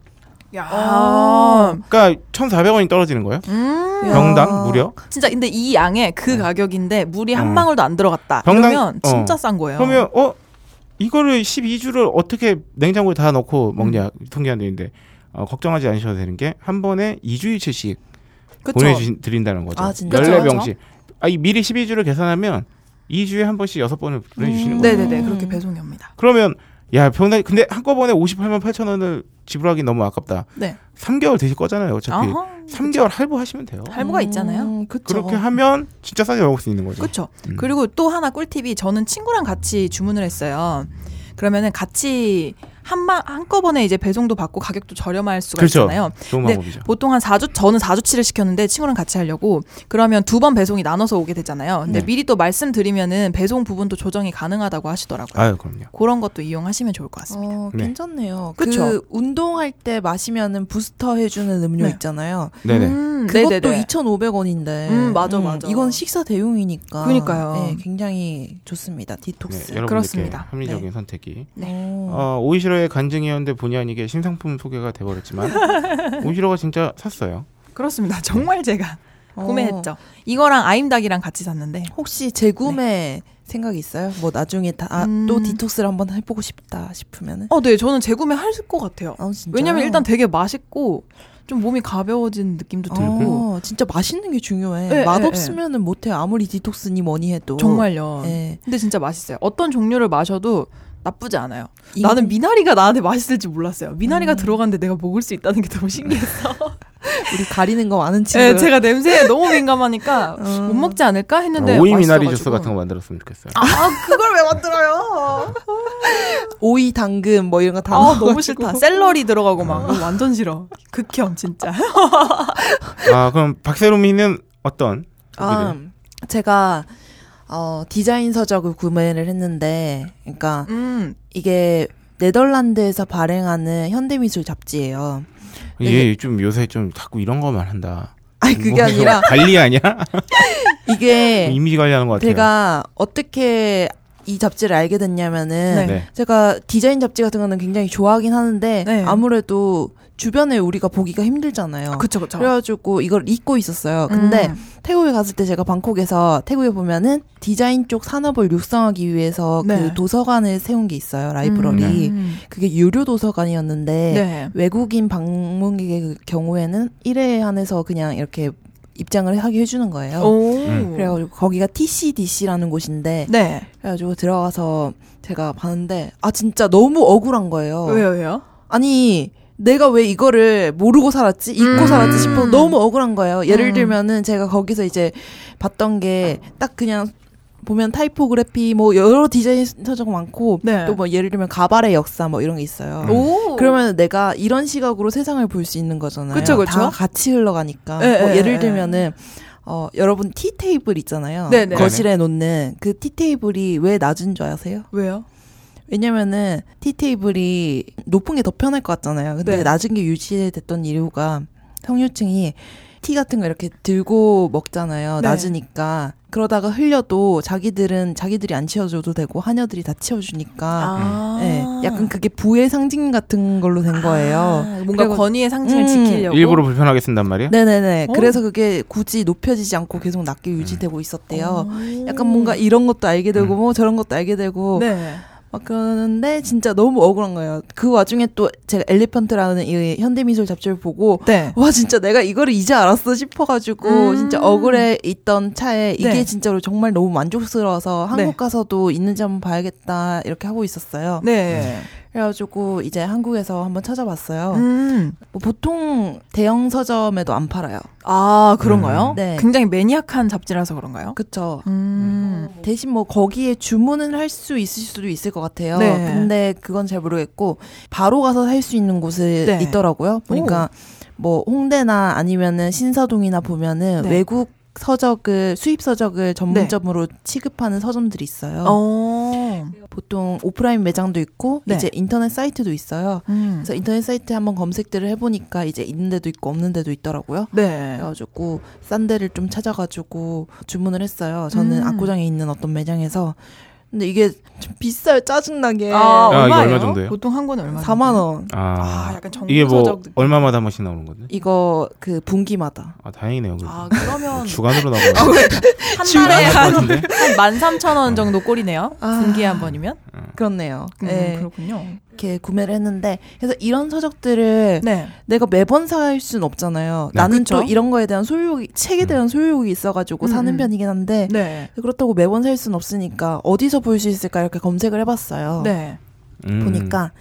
Speaker 1: 네. 야.
Speaker 3: 아.
Speaker 2: 그러니까 1,400원이 떨어지는 거예요.
Speaker 1: 음.
Speaker 3: 야.
Speaker 2: 병당 무려.
Speaker 1: 진짜 근데 이 양에 그 가격인데 물이 한
Speaker 2: 어.
Speaker 1: 방울도 안 들어갔다.
Speaker 2: 네. 병당-
Speaker 1: 그러면 진짜
Speaker 2: 어.
Speaker 1: 싼 거예요.
Speaker 2: 그러면 어 이거를 12주를 어떻게 냉장고에 다 넣고 먹냐
Speaker 1: 음.
Speaker 2: 통계안 되는데 어, 걱정하지 않으셔도 되는 게 한 번에 2주일치씩
Speaker 1: 그쵸?
Speaker 2: 보내드린다는 거죠.
Speaker 3: 아, 진짜요?
Speaker 2: 14병씩. 아, 이 미리 12주를 계산하면 2주에 한 번씩 여섯 번을 보내주시는
Speaker 3: 음.
Speaker 2: 거예요.
Speaker 1: 네네네. 그렇게 배송이 옵니다.
Speaker 2: 그러면 야 병당 근데 한꺼번에 58만 8천 원을 지불하기 너무 아깝다.
Speaker 1: 네.
Speaker 2: 3개월 되실 거잖아요. 어차피
Speaker 1: 아하.
Speaker 2: 3개월 할부하시면 돼요.
Speaker 1: 할부가 있잖아요.
Speaker 3: 음, 그쵸.
Speaker 2: 그렇게 하면 진짜 싸게 먹을 수 있는 거죠.
Speaker 1: 그렇죠.
Speaker 2: 음.
Speaker 1: 그리고 또 하나 꿀팁이 저는 친구랑 같이 주문을 했어요. 그러면은 같이 한마 한꺼번에 이제 배송도 받고 가격도 저렴할 수가
Speaker 2: 그렇죠.
Speaker 1: 있잖아요.
Speaker 2: 좋은
Speaker 1: 네.
Speaker 2: 방법이죠.
Speaker 1: 보통 한 4주 저는 4주치를 시켰는데 친구랑 같이 하려고 그러면 두 번 배송이 나눠서 오게 되잖아요. 근데
Speaker 2: 네.
Speaker 1: 미리 또 말씀드리면은 배송 부분도 조정이 가능하다고 하시더라고요.
Speaker 2: 아유 그럼요.
Speaker 1: 그런 것도 이용하시면 좋을 것 같습니다.
Speaker 3: 어,
Speaker 2: 네.
Speaker 3: 괜찮네요.
Speaker 1: 그쵸?
Speaker 3: 그 운동할 때 마시면은 부스터 해주는 음료
Speaker 1: 네.
Speaker 3: 있잖아요.
Speaker 2: 네네.
Speaker 1: 음,
Speaker 3: 그것도
Speaker 1: 네네네.
Speaker 3: 2,500원인데.
Speaker 1: 음, 맞아, 맞아.
Speaker 3: 이건 식사 대용이니까.
Speaker 1: 그러니까요.
Speaker 3: 네, 굉장히 좋습니다. 디톡스. 네.
Speaker 2: 네, 여러분들께
Speaker 1: 그렇습니다. 네. 음.
Speaker 2: 합리적인 선택이.
Speaker 3: 오.
Speaker 2: 어, 오이시로의 간증이었는데 본의 아니게 신상품 소개가 돼버렸지만 오이시로가 진짜 샀어요.
Speaker 1: 그렇습니다. 정말 제가
Speaker 3: 어.
Speaker 1: 구매했죠. 이거랑 아임닭이랑 같이 샀는데
Speaker 3: 혹시 재구매 생각 있어요? 뭐 나중에 다,
Speaker 1: 네.
Speaker 3: 아,
Speaker 1: 음.
Speaker 3: 또 디톡스를 한번 해보고 싶다 싶으면은.
Speaker 1: 어, 네, 저는 재구매 할 것 같아요.
Speaker 3: 아, 진짜요?
Speaker 1: 어? 왜냐면 일단 되게 맛있고 좀 몸이 가벼워진 느낌도 들고
Speaker 3: 어, 진짜 맛있는 게 중요해.
Speaker 1: 네,
Speaker 3: 맛
Speaker 1: 네,
Speaker 3: 없으면은 못해. 아무리 디톡스니 뭐니 해도.
Speaker 1: 어. 정말요.
Speaker 3: 네.
Speaker 1: 근데 진짜 맛있어요. 어떤 종류를 마셔도 나쁘지 않아요.
Speaker 3: 이-
Speaker 1: 나는 미나리가 음. 나한테 맛있을지 몰랐어요. 미나리가 들어갔는데 내가 먹을 수 있다는 게 너무 신기했어.
Speaker 3: 우리 가리는 거 많은 친구.
Speaker 1: 네, 예, 제가 냄새에 너무 민감하니까
Speaker 3: 음.
Speaker 1: 못 먹지 않을까 했는데
Speaker 2: 아, 오이
Speaker 1: 맛있어가지고.
Speaker 2: 미나리 주스 같은 거 만들었으면 좋겠어요.
Speaker 1: 아 그걸 왜 만들어요?
Speaker 3: 오이 당근 뭐 이런 거다
Speaker 1: 아 너무 싫다. 샐러리 들어가고 막 이거 완전 싫어. 극혐 진짜.
Speaker 2: 아 그럼 박세롬이는 어떤?
Speaker 3: 아,
Speaker 1: 네.
Speaker 2: 소비를?
Speaker 3: 제가 어, 디자인 서적을 구매를 했는데, 그러니까
Speaker 1: 음
Speaker 3: 이게 네덜란드에서 발행하는 현대미술 잡지예요.
Speaker 2: 얘 좀 요새 좀 자꾸 이런 거만 한다.
Speaker 3: 네, 아니
Speaker 2: 뭐
Speaker 3: 그게
Speaker 2: 좀
Speaker 3: 아니라
Speaker 2: 관리 아니야?
Speaker 3: 이게
Speaker 2: 이미지 관리하는 것 같아요.
Speaker 3: 제가 어떻게 이 잡지를 알게 됐냐면은
Speaker 1: 네.
Speaker 2: 네.
Speaker 3: 제가 디자인 잡지 같은 거는 굉장히 좋아하긴 하는데
Speaker 1: 네.
Speaker 3: 아무래도 주변에 우리가 보기가 힘들잖아요.
Speaker 1: 아, 그쵸 그쵸.
Speaker 3: 그래가지고 이걸 잊고 있었어요. 근데
Speaker 1: 음.
Speaker 3: 태국에 갔을 때 제가 방콕에서 태국에 보면은 디자인 쪽 산업을 육성하기 위해서
Speaker 1: 네.
Speaker 3: 그 도서관을 세운 게 있어요. 라이브러리.
Speaker 1: 음.
Speaker 3: 그게 유료 도서관이었는데
Speaker 1: 네.
Speaker 3: 외국인 방문객의 그 경우에는 1회에 한해서 그냥 이렇게 입장을 하게 해주는 거예요.
Speaker 1: 네. 오.
Speaker 2: 음.
Speaker 3: 그래가지고 거기가 TCDC라는 곳인데
Speaker 1: 네.
Speaker 3: 그래가지고 들어가서 제가 봤는데 아 진짜 너무 억울한 거예요.
Speaker 1: 왜요 왜요?
Speaker 3: 아니 내가 왜 이거를 모르고 살았지 잊고
Speaker 1: 음.
Speaker 3: 살았지 싶어 너무 억울한 거예요. 예를
Speaker 1: 음.
Speaker 3: 들면은 제가 거기서 이제 봤던 게 딱 그냥 보면 타이포그래피 뭐 여러 디자인 서적 많고
Speaker 1: 네. 음.
Speaker 3: 또 뭐 예를 들면 가발의 역사 뭐 이런 게 있어요.
Speaker 1: 오.
Speaker 3: 그러면 내가 이런 시각으로 세상을 볼 수 있는 거잖아요.
Speaker 1: 그쵸, 그쵸.
Speaker 3: 다 같이 흘러가니까.
Speaker 1: 예,
Speaker 3: 뭐
Speaker 1: 예, 예.
Speaker 3: 예를 들면은 어, 여러분 티 테이블 있잖아요.
Speaker 1: 네, 네.
Speaker 3: 거실에 놓는 그 티 테이블이 왜 낮은 줄 아세요?
Speaker 1: 왜요?
Speaker 3: 왜냐면은 티 테이블이 높은 게 더 편할 것 같잖아요. 근데
Speaker 1: 네.
Speaker 3: 낮은 게 유지됐던 이유가 성유층이 티 같은 거 이렇게 들고 먹잖아요.
Speaker 1: 네.
Speaker 3: 낮으니까. 그러다가 흘려도 자기들은 자기들이 안 치워줘도 되고 하녀들이 다 치워주니까
Speaker 1: 아.
Speaker 3: 예, 약간 그게 부의 상징 같은 걸로 된 거예요.
Speaker 1: 아, 뭔가
Speaker 3: 그리고-
Speaker 1: 권위의 상징을
Speaker 3: 음.
Speaker 1: 지키려고.
Speaker 2: 일부러 불편하게 쓴단 말이야?
Speaker 3: 네네네.
Speaker 1: 어?
Speaker 3: 그래서 그게 굳이 높여지지 않고 계속 낮게 유지되고 있었대요.
Speaker 1: 오.
Speaker 3: 약간 뭔가 이런 것도 알게 되고 뭐 저런 것도 알게 되고
Speaker 1: 음. 네.
Speaker 3: 막 그러는데 진짜 너무 억울한 거예요. 그 와중에 또 제가 엘리펀트라는 이 현대미술 잡지를 보고
Speaker 1: 네.
Speaker 3: 와 진짜 내가 이거를 이제 알았어 싶어가지고
Speaker 1: 음.
Speaker 3: 진짜 억울해 있던 차에 이게
Speaker 1: 네.
Speaker 3: 진짜로 정말 너무 만족스러워서 한국
Speaker 1: 네.
Speaker 3: 가서도 있는지 한번 봐야겠다 이렇게 하고 있었어요.
Speaker 1: 네.
Speaker 3: 그래가지고 이제 한국에서 한번 찾아봤어요.
Speaker 1: 음.
Speaker 3: 뭐 보통 대형 서점에도 안 팔아요.
Speaker 1: 아, 그런가요?
Speaker 2: 음.
Speaker 3: 네.
Speaker 1: 굉장히 매니악한 잡지라서 그런가요?
Speaker 3: 그쵸.
Speaker 1: 음.
Speaker 3: 대신 뭐 거기에 주문을 할 수 있을 수도 있을 것 같아요.
Speaker 1: 네.
Speaker 3: 근데 그건 잘 모르겠고 바로 가서 살 수 있는 곳이
Speaker 1: 네.
Speaker 3: 있더라고요. 보니까 뭐 홍대나 아니면은 신사동이나 보면은
Speaker 1: 네.
Speaker 3: 외국 서적을 수입 서적을 전문점으로 취급하는 서점들이 있어요.
Speaker 1: 음. 어.
Speaker 3: 보통 오프라인 매장도 있고
Speaker 1: 네.
Speaker 3: 이제 인터넷 사이트도 있어요.
Speaker 1: 음.
Speaker 3: 그래서 인터넷 사이트 한번 검색들을 해보니까 이제 있는 데도 있고 없는 데도 있더라고요.
Speaker 1: 네.
Speaker 3: 그래가지고 싼 데를 좀 찾아가지고 주문을 했어요. 저는
Speaker 1: 음.
Speaker 3: 압구정에 있는 어떤 매장에서. 근데 이게 좀 비싸요. 짜증나게.
Speaker 1: 아,
Speaker 2: 이거
Speaker 1: 얼마예요?
Speaker 2: 얼마 정도예요?
Speaker 1: 보통 한 권에 얼마?
Speaker 3: 4만 원.
Speaker 1: 아,
Speaker 2: 아,
Speaker 1: 약간
Speaker 2: 이게 뭐
Speaker 1: 정서적 느낌.
Speaker 2: 얼마마다 한 번씩 나오는 건데?
Speaker 3: 이거 그 분기마다.
Speaker 2: 아 다행이네요. 그래도.
Speaker 1: 아, 그러면
Speaker 2: 주간으로
Speaker 3: 아,
Speaker 2: 나오는
Speaker 1: 한 달에
Speaker 2: 것
Speaker 1: 한
Speaker 2: 같은데? 음.
Speaker 1: 13,000원 정도 꼴이네요.
Speaker 3: 아.
Speaker 1: 분기에 한 번이면?
Speaker 3: 그렇네요.
Speaker 1: 음,
Speaker 3: 네,
Speaker 1: 그렇군요.
Speaker 3: 이렇게 구매를 했는데 그래서 이런 서적들을
Speaker 1: 네.
Speaker 3: 내가 매번 살 수는 없잖아요.
Speaker 2: 네.
Speaker 3: 나는 또
Speaker 1: 그쵸.
Speaker 3: 이런 거에 대한 소유욕이 책에 대한 소유욕이 있어가지고
Speaker 1: 음,
Speaker 3: 사는
Speaker 1: 음.
Speaker 3: 편이긴 한데
Speaker 1: 네.
Speaker 3: 그렇다고 매번 살 수는 없으니까 어디서 볼 수 있을까 이렇게 검색을 해봤어요.
Speaker 1: 네.
Speaker 2: 음.
Speaker 3: 보니까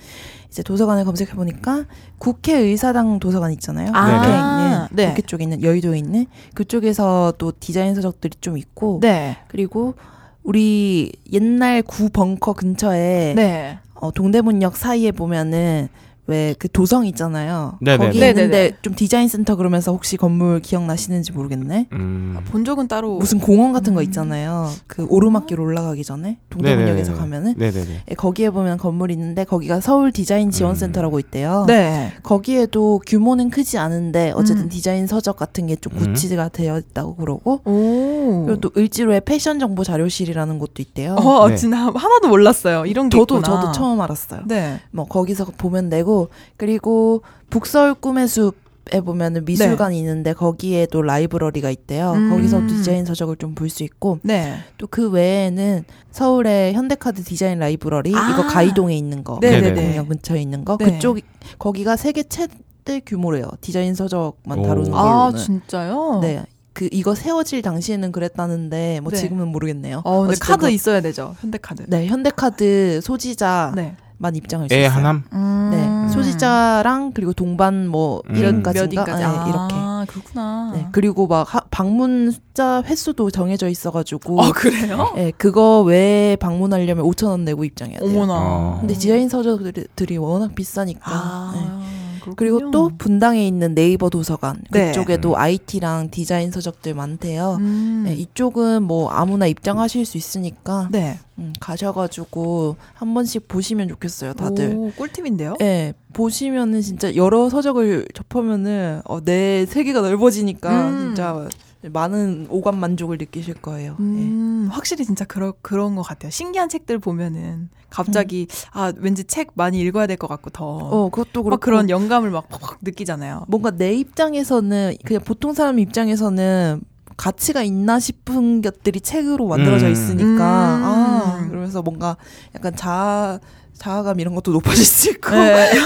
Speaker 3: 이제 도서관을 검색해 보니까 국회의사당 도서관 있잖아요.
Speaker 1: 아,
Speaker 3: 국회에 있는
Speaker 1: 네.
Speaker 3: 국회 쪽에 있는 여의도에 있는 그쪽에서 또 디자인 서적들이 좀 있고
Speaker 1: 네.
Speaker 3: 그리고 우리 옛날 구 벙커 근처에
Speaker 1: 네.
Speaker 3: 어, 동대문역 사이에 보면은 왜 그 도성 있잖아요.
Speaker 2: 네네네.
Speaker 3: 거기
Speaker 1: 네네네.
Speaker 3: 있는데 좀 디자인 센터 그러면서 혹시 건물 기억나시는지 모르겠네.
Speaker 2: 음.
Speaker 3: 아,
Speaker 1: 본 적은 따로
Speaker 3: 무슨 공원 같은 거
Speaker 1: 음.
Speaker 3: 있잖아요. 그 오르막길 올라가기 전에 동대문역에서
Speaker 2: 네, 네네네.
Speaker 3: 가면은
Speaker 2: 네네네.
Speaker 3: 예, 거기에 보면 건물이 있는데 거기가 서울 디자인 지원 센터라고 있대요.
Speaker 1: 네.
Speaker 3: 거기에도 규모는 크지 않은데 어쨌든
Speaker 1: 음.
Speaker 3: 디자인 서적 같은 게 좀
Speaker 2: 음.
Speaker 3: 구치가 되어 있다고 그러고
Speaker 1: 오.
Speaker 3: 그리고 또 을지로에 패션 정보 자료실이라는 곳도 있대요.
Speaker 1: 어,
Speaker 2: 네.
Speaker 1: 진짜 하나도 몰랐어요. 이런 게
Speaker 3: 저도
Speaker 1: 있구나.
Speaker 3: 저도 처음 알았어요.
Speaker 1: 네.
Speaker 3: 뭐 거기서 보면 되고 그리고 북서울 꿈의 숲에 보면은 미술관이 있는데 거기에도 라이브러리가 있대요.
Speaker 1: 네. 음.
Speaker 3: 거기서 디자인 서적을 좀 볼 수 있고
Speaker 1: 네.
Speaker 3: 또 그 외에는 서울의 현대카드 디자인 라이브러리
Speaker 1: 아.
Speaker 3: 이거 가이동에 있는 거
Speaker 1: 네네네.
Speaker 3: 공연 근처에 있는 거
Speaker 1: 네.
Speaker 3: 그쪽 거기가 세계 최대 규모래요. 디자인 서적만
Speaker 2: 오.
Speaker 3: 다루는 걸로는.
Speaker 1: 아, 진짜요?
Speaker 3: 네. 그 이거 세워질 당시에는 그랬다는데 뭐
Speaker 1: 네.
Speaker 3: 지금은 모르겠네요.
Speaker 1: 어, 근데
Speaker 3: 어쨌든
Speaker 1: 카드
Speaker 3: 그-
Speaker 1: 있어야 되죠. 현대카드.
Speaker 3: 네, 현대카드 소지자만
Speaker 1: 네.
Speaker 3: 입장할 수
Speaker 2: 애
Speaker 3: 있어요.
Speaker 2: 하남.
Speaker 1: 음.
Speaker 3: 네, 소지자랑 그리고 동반 뭐
Speaker 2: 음.
Speaker 3: 이런까지인가
Speaker 1: 몇인까지
Speaker 3: 네, 이렇게.
Speaker 1: 아, 그렇구나.
Speaker 3: 네, 그리고 막 하- 방문자 횟수도 정해져 있어가지고,
Speaker 1: 아, 그래요?
Speaker 3: 네, 그거 외에 방문하려면 5천 원 내고 입장해야 돼요.
Speaker 1: 어머나.
Speaker 2: 어.
Speaker 3: 근데 디자인 서적들이 워낙 비싸니까. 네.
Speaker 1: 아, 그렇군요.
Speaker 3: 그리고 또 분당에 있는 네이버 도서관
Speaker 1: 네.
Speaker 3: 그쪽에도 IT랑 디자인 서적들 많대요.
Speaker 1: 음.
Speaker 3: 네, 이쪽은 뭐 아무나 입장하실 수 있으니까
Speaker 1: 네.
Speaker 3: 음, 가셔가지고 한 번씩 보시면 좋겠어요, 다들.
Speaker 1: 오, 꿀팁인데요?
Speaker 3: 예, 보시면은 진짜 여러 서적을 접하면은 어, 내 세계가 넓어지니까
Speaker 1: 음.
Speaker 3: 진짜 많은 오감 만족을 느끼실 거예요. 예.
Speaker 1: 음, 확실히 진짜 그러, 그런 것 같아요. 신기한 책들 보면은 갑자기 아 왠지 책 많이 읽어야 될 것 같고 더
Speaker 3: 네. 어, 그것도 그렇고 뭐.
Speaker 1: 막 아, 그런 영감을 막 팍팍 느끼잖아요.
Speaker 3: 뭔가 내 입장에서는 그냥 보통 사람 입장에서는 가치가 있나 싶은 것들이 책으로 만들어져
Speaker 2: 음.
Speaker 3: 있으니까
Speaker 1: 음.
Speaker 3: 아 그러면서 뭔가 약간 자아 자아감 이런 것도 높아질 수 있고
Speaker 1: 네.
Speaker 3: 네.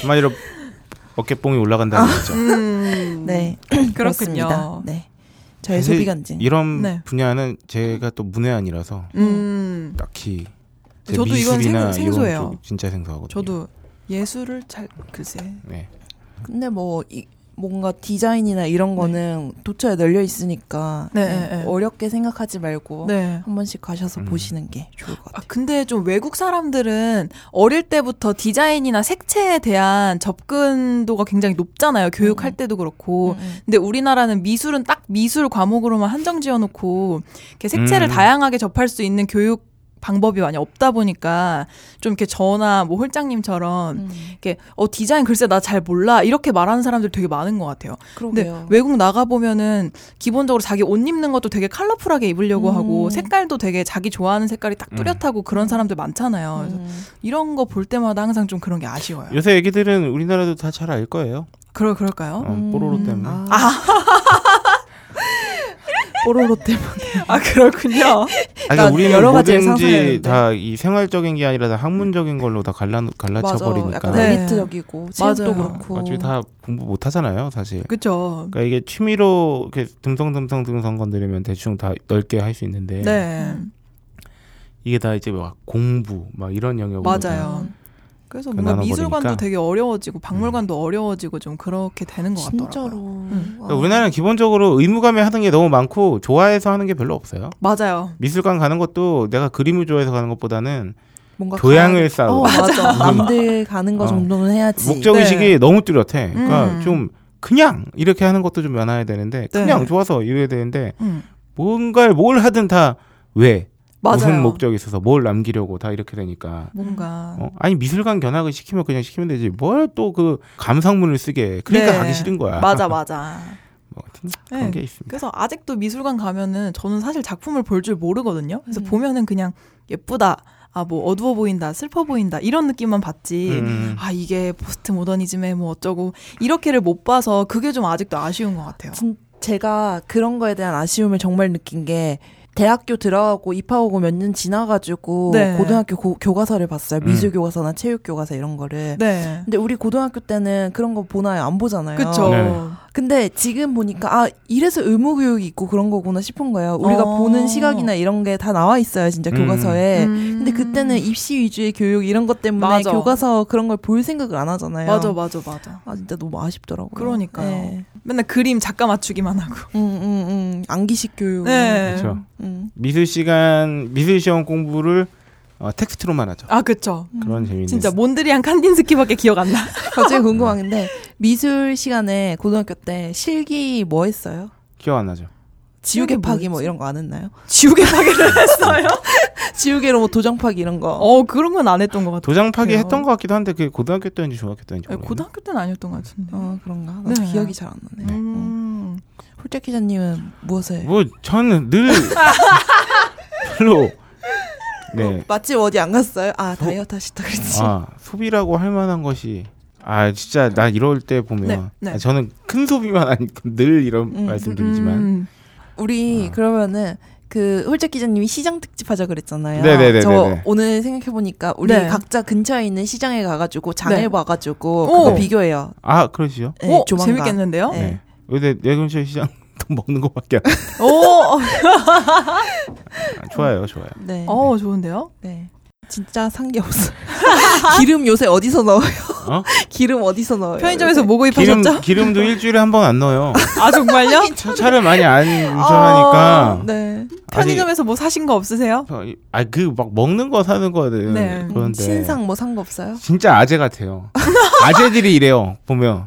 Speaker 2: 한마디로 어깨뽕이
Speaker 3: 아,
Speaker 2: 올라간다는 거죠.
Speaker 1: 음,
Speaker 3: 네
Speaker 1: 그렇군요.
Speaker 3: 그렇습니다. 네 저의
Speaker 2: 사실
Speaker 3: 소비 간증
Speaker 2: 이런
Speaker 1: 네.
Speaker 2: 분야는 제가 또 문외한이라서
Speaker 1: 음,
Speaker 2: 딱히 제
Speaker 1: 저도 이건
Speaker 2: 미술이나
Speaker 1: 생-
Speaker 2: 이런
Speaker 1: 생소해요.
Speaker 2: 쪽 진짜 생소하거든요.
Speaker 1: 저도 예술을 잘 글쎄.
Speaker 2: 네.
Speaker 3: 근데 뭐 이, 뭔가 디자인이나 이런 거는 도처에 널려 있으니까
Speaker 1: 네,
Speaker 3: 예,
Speaker 1: 네, 네.
Speaker 3: 어렵게 생각하지 말고
Speaker 1: 네.
Speaker 3: 한 번씩 가셔서
Speaker 2: 음.
Speaker 3: 보시는 게 좋을 것
Speaker 1: 아,
Speaker 3: 같아요.
Speaker 1: 근데 좀 외국 사람들은 어릴 때부터 디자인이나 색채에 대한 접근도가 굉장히 높잖아요. 교육할 때도 그렇고.
Speaker 3: 음,
Speaker 1: 근데 우리나라는 미술은 딱 미술 과목으로만 한정 지어놓고 이렇게 색채를
Speaker 2: 음.
Speaker 1: 다양하게 접할 수 있는 교육 방법이 많이 없다 보니까 좀 이렇게 저나 뭐 홀장님처럼
Speaker 3: 음.
Speaker 1: 이렇게 어 디자인 글쎄 나 잘 몰라 이렇게 말하는 사람들 되게 많은 것 같아요. 근데
Speaker 3: 그러게요.
Speaker 1: 외국 나가 보면은 기본적으로 자기 옷 입는 것도 되게 컬러풀하게 입으려고
Speaker 3: 음.
Speaker 1: 하고 색깔도 되게 자기 좋아하는 색깔이 딱
Speaker 2: 음.
Speaker 1: 뚜렷하고 그런 사람들 많잖아요. 그래서
Speaker 3: 음.
Speaker 1: 이런 거 볼 때마다 항상 좀 그런 게 아쉬워요.
Speaker 2: 요새 애기들은 우리나라도 다 잘 알 거예요.
Speaker 1: 그럴 그럴까요?
Speaker 2: 어, 뽀로로 때문에.
Speaker 3: 아, 뽀로로 때문에
Speaker 1: 아 그렇군요.
Speaker 2: 아니, 그러니까
Speaker 3: 나
Speaker 2: 우리는
Speaker 3: 여러 가지를
Speaker 2: 뭐든지
Speaker 3: 상상했는데.
Speaker 2: 다 이 생활적인 게 아니라 다 학문적인 걸로 다 갈라 갈라쳐
Speaker 3: 맞아.
Speaker 2: 버리니까
Speaker 3: 약간
Speaker 1: 네.
Speaker 3: 엘리트적이고
Speaker 1: 맞아요.
Speaker 3: 체육도 그렇고.
Speaker 2: 어차피 다 공부 못 하잖아요, 사실.
Speaker 1: 그렇죠.
Speaker 2: 그러니까 이게 취미로 이렇게 듬성듬성 듬성 건드리면 대충 다 넓게 할 수 있는데
Speaker 3: 음.
Speaker 1: 네.
Speaker 2: 이게 다 이제 막 공부 막 이런 영역으로 다
Speaker 1: 맞아요. 그래서 뭔가
Speaker 2: 나눠버리니까. 음.
Speaker 1: 미술관도 되게 어려워지고 박물관도 어려워지고 좀 그렇게 되는 것 같더라고요.
Speaker 3: 진짜로. 음.
Speaker 2: 그러니까 우리나라는 기본적으로 의무감에 하는 게 너무 많고 좋아해서 하는 게 별로 없어요.
Speaker 1: 맞아요.
Speaker 2: 미술관 가는 것도 내가 그림을 좋아해서 가는 것보다는
Speaker 3: 뭔가
Speaker 2: 교양을
Speaker 3: 가-
Speaker 2: 쌓고
Speaker 3: 어, 맞아.
Speaker 2: 음.
Speaker 3: 남들 가는 거
Speaker 2: 어.
Speaker 3: 정도는 해야지.
Speaker 2: 목적 의식이
Speaker 1: 네.
Speaker 2: 너무 뚜렷해. 그러니까
Speaker 1: 음.
Speaker 2: 좀 그냥 이렇게 하는 것도 좀 면해야 되는데
Speaker 1: 네.
Speaker 2: 그냥 좋아서 이래야 되는데
Speaker 1: 음.
Speaker 2: 뭔가를 뭘 하든 다 왜
Speaker 1: 맞아요.
Speaker 2: 무슨 목적이 있어서 뭘 남기려고 다 이렇게 되니까
Speaker 1: 뭔가
Speaker 2: 어? 아니 미술관 견학을 시키면 그냥 시키면 되지 뭘 또 그 감상문을 쓰게 그러니까
Speaker 1: 네.
Speaker 2: 가기 싫은 거야
Speaker 1: 맞아 맞아.
Speaker 2: 뭐 하여튼 그런
Speaker 1: 네.
Speaker 2: 게 있습니다
Speaker 1: 그래서 아직도 미술관 가면은 저는 사실 작품을 볼 줄 모르거든요. 그래서
Speaker 3: 음.
Speaker 1: 보면은 그냥 예쁘다. 아 뭐 어두워 보인다, 슬퍼 보인다 이런 느낌만 봤지.
Speaker 2: 음.
Speaker 1: 아 이게 포스트 모더니즘에 뭐 어쩌고 이렇게를 못 봐서 그게 좀 아직도 아쉬운 것 같아요.
Speaker 3: 진- 제가 그런 거에 대한 아쉬움을 정말 느낀 게 대학교 들어가고 입학하고 몇 년 지나가지고
Speaker 1: 네.
Speaker 3: 고등학교 고- 교과서를 봤어요.
Speaker 2: 음.
Speaker 3: 미술 교과서나 체육 교과서 이런 거를.
Speaker 1: 네,
Speaker 3: 근데 우리 고등학교 때는 그런 거 보나요? 안 보잖아요.
Speaker 1: 그렇죠.
Speaker 2: 네.
Speaker 3: 근데 지금 보니까 아 이래서 의무 교육이 있고 그런 거구나 싶은 거예요. 우리가
Speaker 1: 어.
Speaker 3: 보는 시각이나 이런 게 다 나와 있어요, 진짜
Speaker 2: 음.
Speaker 3: 교과서에. 근데 그때는 입시 위주의 교육 이런 것 때문에
Speaker 1: 맞아.
Speaker 3: 교과서 그런 걸 볼 생각을 안 하잖아요.
Speaker 1: 맞아 맞아 맞아.
Speaker 3: 아 진짜 너무 아쉽더라고요. 네. 음,
Speaker 1: 그러니까요. 맨날 그림 작가 맞추기만 하고.
Speaker 3: 응응응 안기식 교육.
Speaker 1: 네.
Speaker 2: 그렇죠
Speaker 3: 음.
Speaker 2: 미술 시간 미술 시험 공부를 어, 텍스트로만 하죠.
Speaker 1: 아 그쵸.
Speaker 2: 그런 재미있는
Speaker 1: 진짜 몬드리안 칸딘스키밖에 기억 안 나.
Speaker 3: 갑자기 아, 궁금한 게 미술 시간에 고등학교 때 실기 뭐 했어요?
Speaker 2: 기억 안 나죠.
Speaker 3: 지우개
Speaker 1: 실기 뭐
Speaker 3: 파기 뭐
Speaker 1: 했지?
Speaker 3: 이런 거 안 했나요?
Speaker 1: 지우개 파기를 했어요.
Speaker 3: 지우개로 뭐 도장 파기 이런 거.
Speaker 1: 어 그런 건 안 했던 것 같아요.
Speaker 2: 도장 파기
Speaker 3: 그래요?
Speaker 2: 했던 것 같기도 한데 그게 고등학교 때인지 중학교 때인지
Speaker 1: 네,
Speaker 2: 모르겠네.
Speaker 1: 고등학교 때는 아니었던 것 같은데.
Speaker 3: 어, 그런가? 나도
Speaker 1: 네.
Speaker 3: 기억이 잘 안 나네.
Speaker 1: 음.
Speaker 3: 홀짝 기자님은 무엇을?
Speaker 2: 뭐 저는 늘 별로 네.
Speaker 3: 맛집 어디 안 갔어요? 아 다이어트 하시다 그랬지.
Speaker 2: 아, 소비라고 할 만한 것이 아 진짜 나 이럴 때 보면
Speaker 1: 네, 네.
Speaker 2: 아, 저는 큰 소비만 아니고 늘 이런
Speaker 3: 음,
Speaker 2: 말씀드리지만
Speaker 1: 음.
Speaker 2: 아.
Speaker 3: 우리 그러면은 그 홀짝 기자님이 시장 특집 하자 그랬잖아요.
Speaker 2: 네네네네네.
Speaker 3: 저 오늘 생각해 보니까 우리
Speaker 1: 네.
Speaker 3: 각자 근처에 있는 시장에 가가지고 장을
Speaker 1: 네.
Speaker 3: 봐가지고
Speaker 1: 오.
Speaker 3: 그거 비교해요.
Speaker 2: 아 그러시죠.
Speaker 3: 네,
Speaker 1: 오
Speaker 3: 조만간.
Speaker 1: 어, 재밌겠는데요?
Speaker 3: 네.
Speaker 2: 네. 근데 내근처 시장 돈 먹는 것밖에 안
Speaker 1: 오, 어,
Speaker 2: 아, 좋아요, 좋아요.
Speaker 3: 네.
Speaker 1: 어 좋은데요?
Speaker 3: 네. 진짜 산 게 없어. 기름 요새 어디서 넣어요?
Speaker 2: 어?
Speaker 3: 기름 어디서 넣어요?
Speaker 1: 편의점에서
Speaker 3: 요새?
Speaker 1: 뭐
Speaker 2: 기름
Speaker 1: 구입하셨죠?
Speaker 2: 기름도 일주일에 한 번 안 넣어요.
Speaker 1: 아 정말요?
Speaker 2: 차- 차를 많이 안
Speaker 1: 어,
Speaker 2: 뭐 운전하니까.
Speaker 3: 네.
Speaker 1: 편의점에서 뭐 사신 거 없으세요?
Speaker 2: 아 그 막 먹는 거 사는 거는
Speaker 1: 네. 음,
Speaker 2: 그런데
Speaker 3: 신상 뭐 산 거 없어요?
Speaker 2: 진짜 아재 같아요. 아재들이 이래요 보면.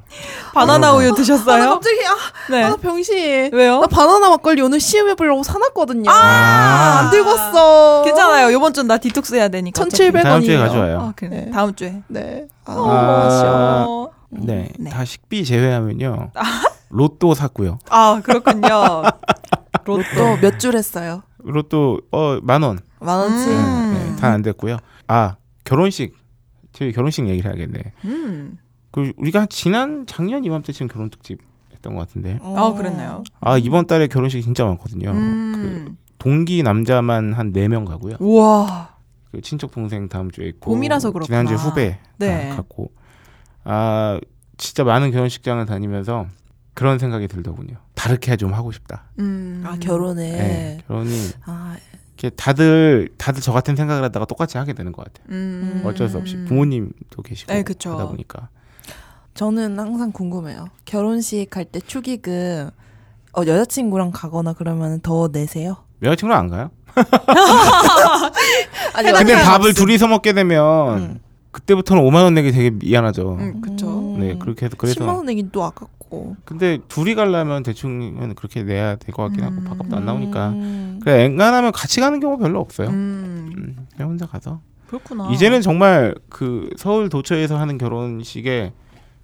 Speaker 1: 바나나 우유
Speaker 3: 아, 나
Speaker 1: 드셨어요?
Speaker 3: 갑자기 아, 아,
Speaker 1: 네.
Speaker 3: 나 병신.
Speaker 1: 왜요?
Speaker 3: 나 바나나 막걸리 오늘 시음해 보려고 사놨거든요.
Speaker 2: 아.
Speaker 3: 안 들고 왔어.
Speaker 1: 괜찮아요. 이번 주는 나 디톡스 해야 되니까. 어차피. 어,
Speaker 3: 1,700원이에요.
Speaker 2: 다음 주에 가져와요.
Speaker 1: 아, 그래.
Speaker 3: 네.
Speaker 1: 다음 주에.
Speaker 3: 네. 아,
Speaker 2: 아.
Speaker 1: 어.
Speaker 2: 네,
Speaker 1: 네.
Speaker 2: 다 식비 제외하면요. 로또 샀고요.
Speaker 1: 아 그렇군요. 로또.
Speaker 3: 또 몇 줄 했어요?
Speaker 2: 로또 어만 원.
Speaker 3: 만 원치.
Speaker 2: 네,
Speaker 1: 음.
Speaker 2: 네, 다안 됐고요. 아 결혼식. 저희 결혼식 얘기를 해야겠네.
Speaker 1: 음.
Speaker 2: 그 우리가 지난 작년 이맘때쯤 결혼 특집 했던 것 같은데.
Speaker 3: 어,
Speaker 1: 아 그랬나요?
Speaker 2: 아 이번 달에 결혼식이 진짜 많거든요. 그
Speaker 1: 음.
Speaker 2: 동기 남자만 한 네 명 가고요.
Speaker 1: 우와.
Speaker 2: 그 친척 동생 다음 주에 있고
Speaker 1: 봄이라서 그렇구나.
Speaker 2: 지난주 후배
Speaker 1: 네.
Speaker 2: 네. 갔고 아 진짜 많은 결혼식장을 다니면서 그런 생각이 들더군요. 다르게 좀 하고 싶다.
Speaker 1: 음.
Speaker 3: 아 결혼에.
Speaker 2: 예 결혼이
Speaker 3: 아
Speaker 2: 이렇게 다들 다들 저 같은 생각을 하다가 똑같이 하게 되는 것 같아요.
Speaker 1: 음.
Speaker 2: 어쩔 수 없이 부모님도 계시고
Speaker 1: 네, 그쵸.
Speaker 2: 하다 보니까
Speaker 3: 저는 항상 궁금해요. 결혼식 갈 때 축의금 어, 여자친구랑 가거나 그러면 더 내세요?
Speaker 2: 여자친구랑 안 가요?
Speaker 3: 아니,
Speaker 2: 근데
Speaker 3: 여자친구랑
Speaker 2: 밥을
Speaker 3: 없음.
Speaker 2: 둘이서 먹게 되면
Speaker 3: 음.
Speaker 2: 그때부터는 5만 원 내기 되게 미안하죠.
Speaker 1: 음, 그쵸.
Speaker 3: 음.
Speaker 2: 네 그렇게 해서 그래서
Speaker 3: 10만 원 내긴 또 아깝고.
Speaker 2: 근데 둘이 가려면 대충은 그렇게 내야 될 것 같긴 하고 밥값도 안 나오니까
Speaker 3: 음.
Speaker 2: 그래 엔간하면 같이 가는 경우 별로 없어요.
Speaker 1: 음.
Speaker 2: 음, 그냥 혼자 가서
Speaker 1: 그렇구나.
Speaker 2: 이제는 정말 그 서울 도처에서 하는 결혼식에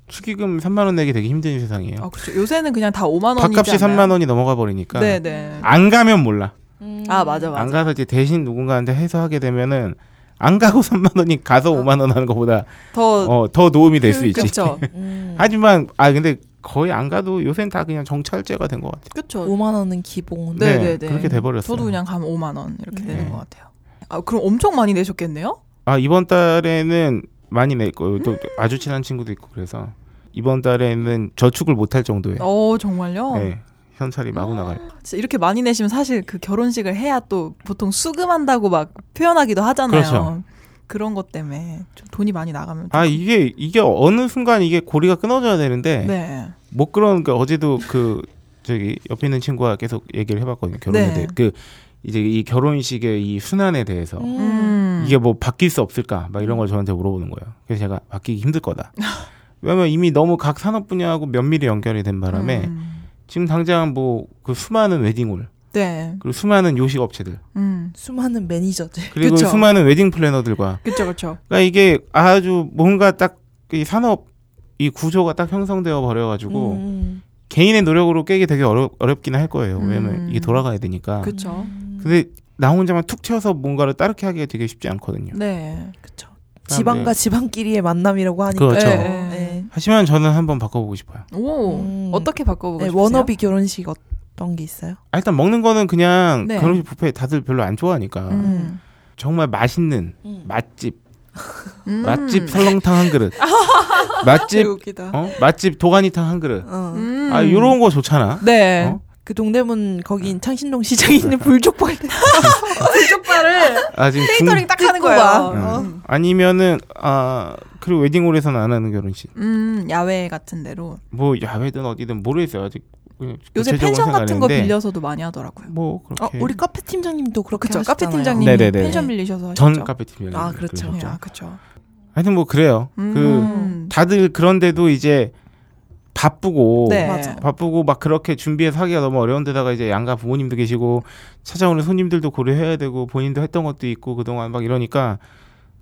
Speaker 2: 축의금 3만 원 내기 되게 힘든 세상이에요.
Speaker 1: 아 그렇죠. 요새는 그냥 다 5만 원이지
Speaker 2: 밥값이
Speaker 1: 않나요?
Speaker 2: 3만 원이 넘어가 버리니까
Speaker 1: 네네.
Speaker 2: 안 가면 몰라.
Speaker 3: 음.
Speaker 1: 아 맞아 맞아.
Speaker 2: 안 가서 이제 대신 누군가한테 해서 하게 되면은 안 가고 3만 원이 가서 5만 원 하는 것보다
Speaker 1: 더
Speaker 2: 어, 더 도움이 될 수 있지.
Speaker 1: 그렇죠.
Speaker 3: 음.
Speaker 2: 하지만 아 근데 거의 안 가도 요새는 다 그냥 정찰제가 된 것 같아요.
Speaker 1: 그렇죠.
Speaker 3: 5만 원은 기본.
Speaker 1: 네, 네, 네.
Speaker 2: 그렇게 돼버렸어요.
Speaker 1: 저도 그냥 가면 5만 원 이렇게
Speaker 3: 네.
Speaker 1: 되는 것 같아요. 아 그럼 엄청 많이 내셨겠네요?
Speaker 2: 아 이번 달에는 많이 낼 거예요. 또 아주 친한 친구도 있고 그래서 이번 달에는 저축을 못할 정도예요.
Speaker 1: 어 아. 정말요?
Speaker 2: 네, 현찰이 마구 나갈.
Speaker 1: 진짜 이렇게 많이 내시면 사실 그 결혼식을 해야 또 보통 수금한다고 막 표현하기도 하잖아요.
Speaker 2: 그렇죠.
Speaker 1: 런것 때문에 좀 돈이 많이 나가면
Speaker 2: 아 이게 이게 어느 순간 이게 고리가 끊어져야 되는데
Speaker 1: 좀- 네.
Speaker 2: 못 그러니까 어제도 그 저기 옆에 있는 친구가 계속 얘기를 해봤거든요. 결혼에
Speaker 1: 네.
Speaker 2: 대해 그 이제 이 결혼식의 이 순환에 대해서
Speaker 1: 음.
Speaker 2: 이게 뭐 바뀔 수 없을까 막 이런 걸 저한테 물어보는 거예요. 그래서 제가 바뀌기 힘들 거다. 왜냐면 이미 너무 각 산업 분야하고 면밀히 연결이 된 바람에
Speaker 1: 음.
Speaker 2: 지금 당장 뭐 그 수많은 웨딩홀
Speaker 1: 네.
Speaker 2: 그리고 수많은 요식 업체들
Speaker 1: 음.
Speaker 3: 수많은 매니저들.
Speaker 2: 그리고
Speaker 1: 그쵸.
Speaker 2: 수많은 웨딩 플래너들과
Speaker 1: 그렇죠, 그렇죠.
Speaker 2: 그러니까 이게 아주 뭔가 딱 이 산업 이 구조가 딱 형성되어 버려가지고
Speaker 3: 음.
Speaker 2: 개인의 노력으로 깨기 되게 어려, 어렵긴 할 거예요.
Speaker 1: 음.
Speaker 2: 왜냐면 이게 돌아가야 되니까.
Speaker 1: 그렇죠.
Speaker 2: 근데 나 혼자만 툭 튀어서 뭔가를 따르게 하기가 되게 쉽지 않거든요.
Speaker 1: 네.
Speaker 3: 그렇죠. 지방과 지방끼리의 만남이라고 하니까.
Speaker 2: 그렇죠.
Speaker 1: 네,
Speaker 3: 네.
Speaker 1: 네.
Speaker 2: 하지만 저는 한번 바꿔보고 싶어요.
Speaker 1: 오.
Speaker 3: 음.
Speaker 1: 어떻게 바꿔보고
Speaker 3: 네,
Speaker 1: 싶으세요?
Speaker 3: 워너비 결혼식 어떤 게 있어요?
Speaker 2: 아, 일단 먹는 거는 그냥
Speaker 1: 네.
Speaker 2: 결혼식 뷔페 다들 별로 안 좋아하니까
Speaker 1: 음.
Speaker 2: 정말 맛있는 맛집
Speaker 1: 음.
Speaker 2: 맛집 설렁탕 한 그릇 맛집
Speaker 3: 웃기다.
Speaker 2: 어? 맛집 도가니탕 한 그릇
Speaker 3: 어.
Speaker 1: 음.
Speaker 2: 아 요런 거 좋잖아
Speaker 1: 네.
Speaker 2: 어?
Speaker 3: 그 동대문 거긴 창신동 시장에
Speaker 2: 네.
Speaker 3: 있는 불족발
Speaker 1: 쪽발을
Speaker 2: 아 어. 지금 중...
Speaker 1: 캐릭터링 딱 하는
Speaker 3: 뜯고
Speaker 1: 거예요.
Speaker 3: 와.
Speaker 1: 음.
Speaker 2: 응. 아니면은 아 그리고 웨딩홀에서는 안 하는 결혼식
Speaker 1: 음, 야외 같은 데로.
Speaker 2: 뭐 야외든 어디든 모르겠어요 아직 그냥
Speaker 1: 요새
Speaker 2: 구체적으로
Speaker 1: 펜션 같은 거
Speaker 2: 생각하는데
Speaker 1: 빌려서도 많이 하더라고요.
Speaker 2: 뭐
Speaker 3: 어,
Speaker 2: 그렇게
Speaker 3: 우리 카페 팀장님도 그렇게
Speaker 1: 그렇죠. 카페
Speaker 3: 하시잖아요.
Speaker 1: 팀장님 이
Speaker 2: 네네네.
Speaker 1: 펜션 빌리셔서 하시죠.
Speaker 2: 전 카페 팀이라고
Speaker 3: 아, 그렇죠.
Speaker 1: 네,
Speaker 2: 그러셨죠.
Speaker 1: 아, 그렇죠.
Speaker 2: 하여튼 뭐 그래요. 그
Speaker 1: 음.
Speaker 2: 다들 그런데도 이제 바쁘고
Speaker 1: 네.
Speaker 3: 맞아.
Speaker 2: 바쁘고 막 그렇게 준비해서 하기가 너무 어려운데다가 이제 양가 부모님도 계시고 찾아오는 손님들도 고려해야 되고 본인도 했던 것도 있고 그동안 막 이러니까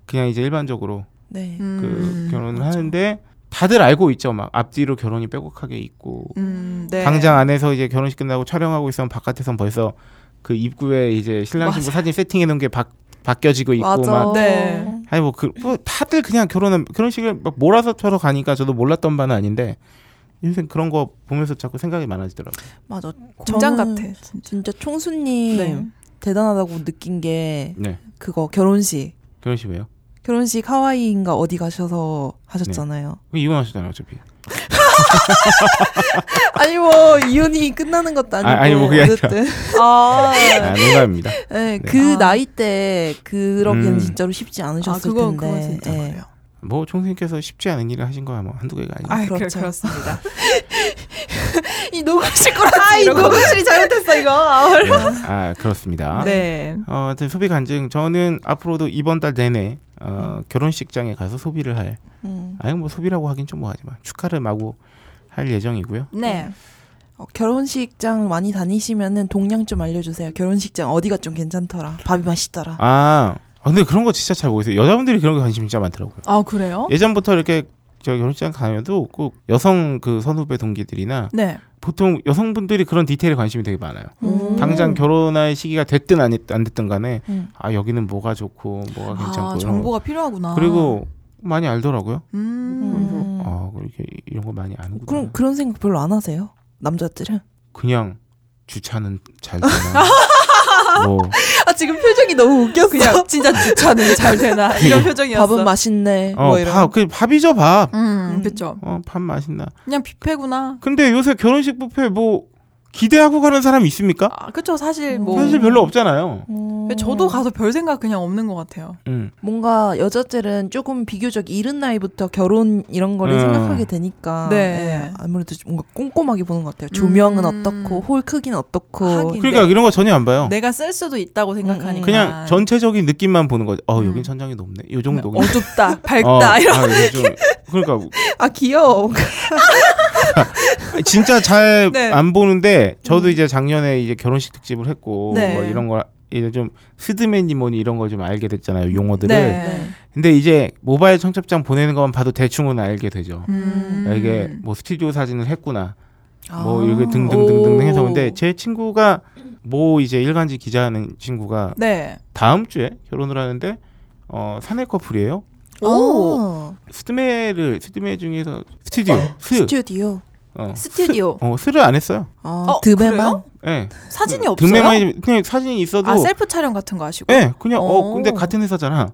Speaker 2: 그냥 이제 일반적으로
Speaker 3: 네.
Speaker 2: 그
Speaker 1: 음.
Speaker 2: 결혼을 하는데 다들 알고 있죠. 막 앞뒤로 결혼이 빼곡하게 있고
Speaker 1: 음, 네.
Speaker 2: 당장 안에서 이제 결혼식 끝나고 촬영하고 있으면 바깥에선 벌써 그 입구에 이제 신랑 신부 사진 세팅해 놓은 게 바, 바뀌어지고 있고 막
Speaker 3: 맞아.
Speaker 1: 네.
Speaker 2: 아니 뭐 그 뭐 다들 그냥 결혼은 결혼식을 막 몰아서 쳐러 가니까 저도 몰랐던 바는 아닌데 인생 그런 거 보면서 자꾸 생각이 많아지더라고요.
Speaker 3: 맞아.
Speaker 1: 공장
Speaker 3: 저는
Speaker 1: 같아. 진짜.
Speaker 3: 진짜 총수님
Speaker 1: 네.
Speaker 3: 대단하다고 느낀 게
Speaker 2: 네.
Speaker 3: 그거 결혼식.
Speaker 2: 결혼식 왜요?
Speaker 3: 결혼식 하와이인가 어디 가셔서 하셨잖아요.
Speaker 2: 그 이혼하셨잖아요 어차피.
Speaker 3: 아니 뭐 이혼이 끝나는 것도 아니고
Speaker 2: 네. 아, 아니, 뭐 그게 아니라.
Speaker 3: 어쨌든
Speaker 1: 아,
Speaker 2: 아 농담입니다.
Speaker 3: 네,
Speaker 2: 네.
Speaker 3: 그
Speaker 1: 아.
Speaker 3: 나이 때 그러기는
Speaker 2: 음.
Speaker 3: 진짜로 쉽지 않으셨을
Speaker 1: 아 그건
Speaker 3: 텐데.
Speaker 1: 그건 진짜
Speaker 3: 예.
Speaker 1: 그래요.
Speaker 2: 뭐 총수님께서 쉽지 않은 일을 하신 거야 뭐 한두 개가 아니고.
Speaker 1: 아,
Speaker 3: 그렇죠.
Speaker 1: 그렇 그렇습니다. 아,
Speaker 3: 이 녹음실 거라지 이런 거.
Speaker 1: 녹음실이 잘못됐어 이거.
Speaker 2: 네. 아 그렇습니다.
Speaker 1: 네.
Speaker 2: 어, 하여튼 소비 간증. 저는 앞으로도 이번 달 내내 어, 결혼식장에 가서 소비를 할.
Speaker 3: 음.
Speaker 2: 아니 뭐 소비라고 하긴 좀 뭐하지만 축하를 마구 할 예정이고요.
Speaker 1: 네.
Speaker 3: 어, 결혼식장 많이 다니시면은 동향 좀 알려주세요. 결혼식장 어디가 좀 괜찮더라. 밥이 맛있더라.
Speaker 2: 아 근데 그런 거 진짜 잘 모르겠어요. 여자분들이 그런 거 관심 진짜 많더라고요.
Speaker 1: 아 그래요?
Speaker 2: 예전부터 이렇게 저 결혼식장 가면도 꼭 여성 그 선후배 동기들이나
Speaker 1: 네.
Speaker 2: 보통 여성분들이 그런 디테일에 관심이 되게 많아요.
Speaker 3: 음.
Speaker 2: 당장 결혼할 시기가 됐든 안, 했, 안 됐든 간에
Speaker 3: 음.
Speaker 2: 아 여기는 뭐가 좋고 뭐가 괜찮고
Speaker 1: 아
Speaker 2: 이런
Speaker 1: 정보가 필요하구나.
Speaker 2: 거. 그리고 많이 알더라고요.
Speaker 1: 음.
Speaker 3: 음.
Speaker 2: 아 이렇게 이런 거 많이 아는구나.
Speaker 3: 그럼 그런 생각 별로 안 하세요? 남자들은?
Speaker 2: 그냥 주차는 잘 되나 뭐
Speaker 3: 아 지금 표정이 너무 웃겼어.
Speaker 1: 그냥 진짜 주차는 잘 되나 이런 표정이었어.
Speaker 3: 밥은 맛있네.
Speaker 2: 어,
Speaker 3: 뭐 이런.
Speaker 2: 밥, 그 밥이죠 밥.
Speaker 1: 음,
Speaker 3: 음.
Speaker 1: 그렇죠.
Speaker 2: 어, 밥 맛있나.
Speaker 1: 그냥 뷔페구나.
Speaker 2: 근데 요새 결혼식 뷔페 뭐 기대하고 가는 사람 있습니까?
Speaker 1: 아, 그렇죠. 사실 뭐
Speaker 2: 어. 사실 별로 어. 없잖아요.
Speaker 3: 음.
Speaker 1: 저도 가서 별 생각 그냥 없는 것 같아요.
Speaker 2: 음.
Speaker 3: 뭔가 여자들은 조금 비교적 이른 나이부터 결혼 이런 거를
Speaker 2: 음.
Speaker 3: 생각하게 되니까
Speaker 1: 네.
Speaker 3: 예, 아무래도 좀 뭔가 꼼꼼하게 보는 것 같아요. 조명은
Speaker 1: 음.
Speaker 3: 어떻고 홀 크기는 어떻고
Speaker 1: 하긴.
Speaker 2: 그러니까
Speaker 1: 네.
Speaker 2: 이런 거 전혀 안 봐요.
Speaker 1: 내가 쓸 수도 있다고 생각하니까.
Speaker 2: 음, 그냥 전체적인 느낌만 보는 거죠. 어, 여긴
Speaker 1: 음.
Speaker 2: 천장이 높네. 요 정도. 그냥.
Speaker 1: 어둡다,
Speaker 2: 어,
Speaker 1: 밝다 이런.
Speaker 2: 아, 어, 이게 좀- 그러니까
Speaker 3: 아 귀여워.
Speaker 2: 진짜 잘 안
Speaker 1: 네. 음.
Speaker 2: 보는데 저도 이제 작년에 이제 결혼식 특집을 했고
Speaker 1: 네.
Speaker 2: 뭐 이런 거 이제 좀 스드맨이 뭐니 이런 걸 좀 알게 됐잖아요 용어들을.
Speaker 1: 네.
Speaker 2: 근데 이제 모바일 청첩장 보내는 것만 봐도 대충은 알게 되죠.
Speaker 1: 음.
Speaker 2: 야, 이게 뭐 스튜디오 사진을 했구나. 뭐
Speaker 3: 아.
Speaker 2: 이렇게 등등등등 해서
Speaker 1: 오.
Speaker 2: 근데 제 친구가 뭐 이제 일간지 기자하는 친구가
Speaker 1: 네.
Speaker 2: 다음 주에 결혼을 하는데 어 사내 커플이에요.
Speaker 3: 아.
Speaker 1: 오.
Speaker 3: 오
Speaker 2: 스드메를 스드메 중에서 스튜디오 스
Speaker 3: 스튜디오.
Speaker 2: 어,
Speaker 1: 어, 스튜디오.
Speaker 2: 스, 어 스를 안 했어요.
Speaker 3: 아,
Speaker 1: 어,
Speaker 3: 드베만
Speaker 1: 그래요?
Speaker 2: 예.
Speaker 1: 사진이 없어요.
Speaker 2: 등매만 있- 그냥 사진이 있어도
Speaker 1: 아 셀프 촬영 같은 거 하시고.
Speaker 2: 예, 그냥 어
Speaker 1: 오.
Speaker 2: 근데 같은 회사잖아.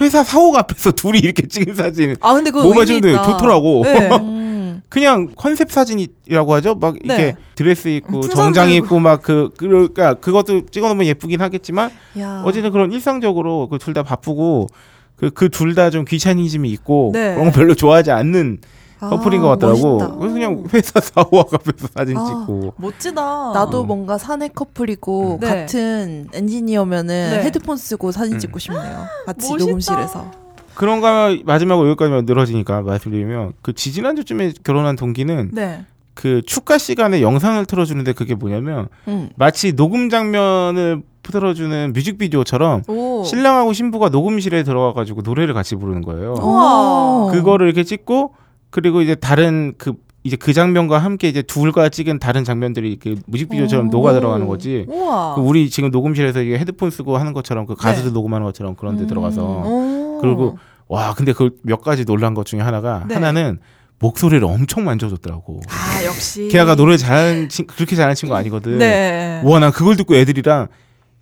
Speaker 2: 회사 사옥 앞에서 둘이 이렇게 찍은 사진
Speaker 1: 아 근데 그거
Speaker 2: 모바일
Speaker 1: 의미
Speaker 2: 정도에
Speaker 1: 있다.
Speaker 2: 좋더라고.
Speaker 1: 네.
Speaker 3: 음.
Speaker 2: 그냥 컨셉 사진이라고 하죠. 막
Speaker 1: 네.
Speaker 2: 이렇게 드레스
Speaker 3: 음,
Speaker 2: 입고
Speaker 1: 풍선
Speaker 2: 정장
Speaker 1: 들고.
Speaker 2: 입고 막 그 그러니까 그것도 찍어 놓으면 예쁘긴 하겠지만
Speaker 3: 야.
Speaker 2: 어쨌든 그런 일상적으로 그 둘 다 바쁘고 그 둘 다 좀 귀차니즘이 있고
Speaker 1: 네.
Speaker 2: 그런 거 별로 좋아하지 않는
Speaker 3: 아,
Speaker 2: 커플인 것 같더라고.
Speaker 3: 멋있다.
Speaker 2: 그래서 그냥 회사 사옥 앞에서 사진
Speaker 3: 아.
Speaker 2: 찍고.
Speaker 1: 멋지다.
Speaker 3: 나도
Speaker 2: 음.
Speaker 3: 뭔가 사내 커플이고
Speaker 1: 어. 네.
Speaker 3: 같은 엔지니어면은
Speaker 1: 네.
Speaker 3: 헤드폰 쓰고 사진
Speaker 2: 음.
Speaker 3: 찍고 싶네요. 같이
Speaker 1: 멋있다.
Speaker 3: 녹음실에서.
Speaker 2: 그런 거 마지막으로 여기까지만 늘어지니까 말씀드리면 그 지지난주쯤에 결혼한 동기는
Speaker 1: 네.
Speaker 2: 그 축가 시간에 영상을 틀어주는데 그게 뭐냐면
Speaker 3: 음.
Speaker 2: 마치 녹음 장면을 틀어주는 뮤직비디오처럼
Speaker 1: 오.
Speaker 2: 신랑하고 신부가 녹음실에 들어가가지고 노래를 같이 부르는 거예요.
Speaker 1: 우와.
Speaker 2: 그거를 이렇게 찍고 그리고 이제 다른 그 이제 그 장면과 함께 이제 둘과 찍은 다른 장면들이 그 뮤직비디오처럼
Speaker 3: 오.
Speaker 2: 녹아 들어가는 거지.
Speaker 1: 우와.
Speaker 2: 그 우리 지금 녹음실에서 이게 헤드폰 쓰고 하는 것처럼 그
Speaker 1: 네.
Speaker 2: 가수들 녹음하는 것처럼 그런 데
Speaker 3: 음.
Speaker 2: 들어가서
Speaker 1: 오.
Speaker 2: 그리고 와 근데 그 몇 가지 놀란 것 중에 하나가
Speaker 1: 네.
Speaker 2: 하나는 목소리를 엄청 만져줬더라고.
Speaker 1: 아 역시.
Speaker 2: 걔가 노래 잘하는 친 그렇게 잘하는 친구 아니거든.
Speaker 1: 네.
Speaker 2: 와 난 그걸 듣고 애들이랑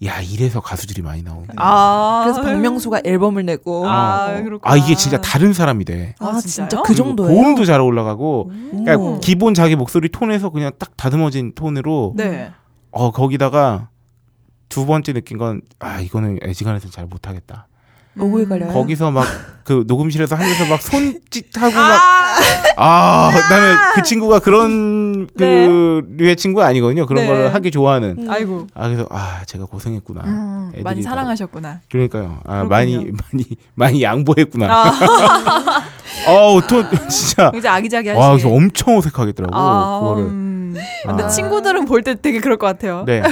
Speaker 2: 야 이래서 가수들이 많이 나오는
Speaker 1: 아.
Speaker 3: 그래서 박명수가 앨범을 내고 아,
Speaker 1: 아
Speaker 2: 어.
Speaker 1: 그렇구나.
Speaker 2: 아 이게 진짜 다른 사람이 돼.
Speaker 1: 아,
Speaker 3: 진짜
Speaker 1: 진짜요?
Speaker 3: 그
Speaker 2: 그리고
Speaker 3: 정도예요.
Speaker 2: 고음도 잘 올라가고 그러니까
Speaker 3: 오.
Speaker 2: 기본 자기 목소리 톤에서 그냥 딱 다듬어진 톤으로
Speaker 1: 네.
Speaker 2: 어 거기다가 두 번째 느낀 건 아 이거는 애지간해서 잘 못하겠다.
Speaker 3: 얼굴
Speaker 1: 네.
Speaker 3: 가려요.
Speaker 2: 거기서 막 그 녹음실에서 하면서 막 손짓하고 막
Speaker 1: 아,
Speaker 2: 아, 나는 그 친구가 그런
Speaker 1: 네.
Speaker 2: 그 류의 친구가 아니거든요. 그런
Speaker 1: 네.
Speaker 2: 걸 하기 좋아하는.
Speaker 3: 음.
Speaker 1: 아이고.
Speaker 2: 아 그래서 아 제가 고생했구나.
Speaker 1: 음,
Speaker 2: 애들이
Speaker 1: 많이
Speaker 2: 다-
Speaker 1: 사랑하셨구나.
Speaker 2: 그러니까요. 아
Speaker 1: 그렇군요.
Speaker 2: 많이 많이 많이 양보했구나.
Speaker 1: 아,
Speaker 2: 어우 또 진짜
Speaker 1: 이제 아기자기하시게.
Speaker 2: 와 그래서 엄청 어색하겠더라고 그거를.
Speaker 1: 음. 근데
Speaker 2: 아.
Speaker 1: 친구들은 볼 때 되게 그럴 것 같아요.
Speaker 2: 네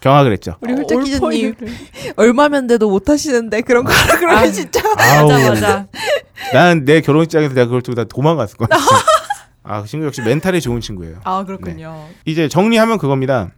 Speaker 2: 경화 그랬죠.
Speaker 3: 우리
Speaker 1: 올
Speaker 3: 홀짝 기자님
Speaker 1: 포인트를.
Speaker 3: 얼마면 돼도 못 하시는데 그런 거 그러면
Speaker 1: 아.
Speaker 3: 진짜
Speaker 2: 아우
Speaker 1: 맞아 맞아.
Speaker 2: 나는 내 결혼식장에서 내가 그걸 두고 다 도망갔을 거야. 진짜. 아그 친구 역시 멘탈이 좋은 친구예요.
Speaker 1: 아 그렇군요.
Speaker 2: 이제 정리하면 그겁니다.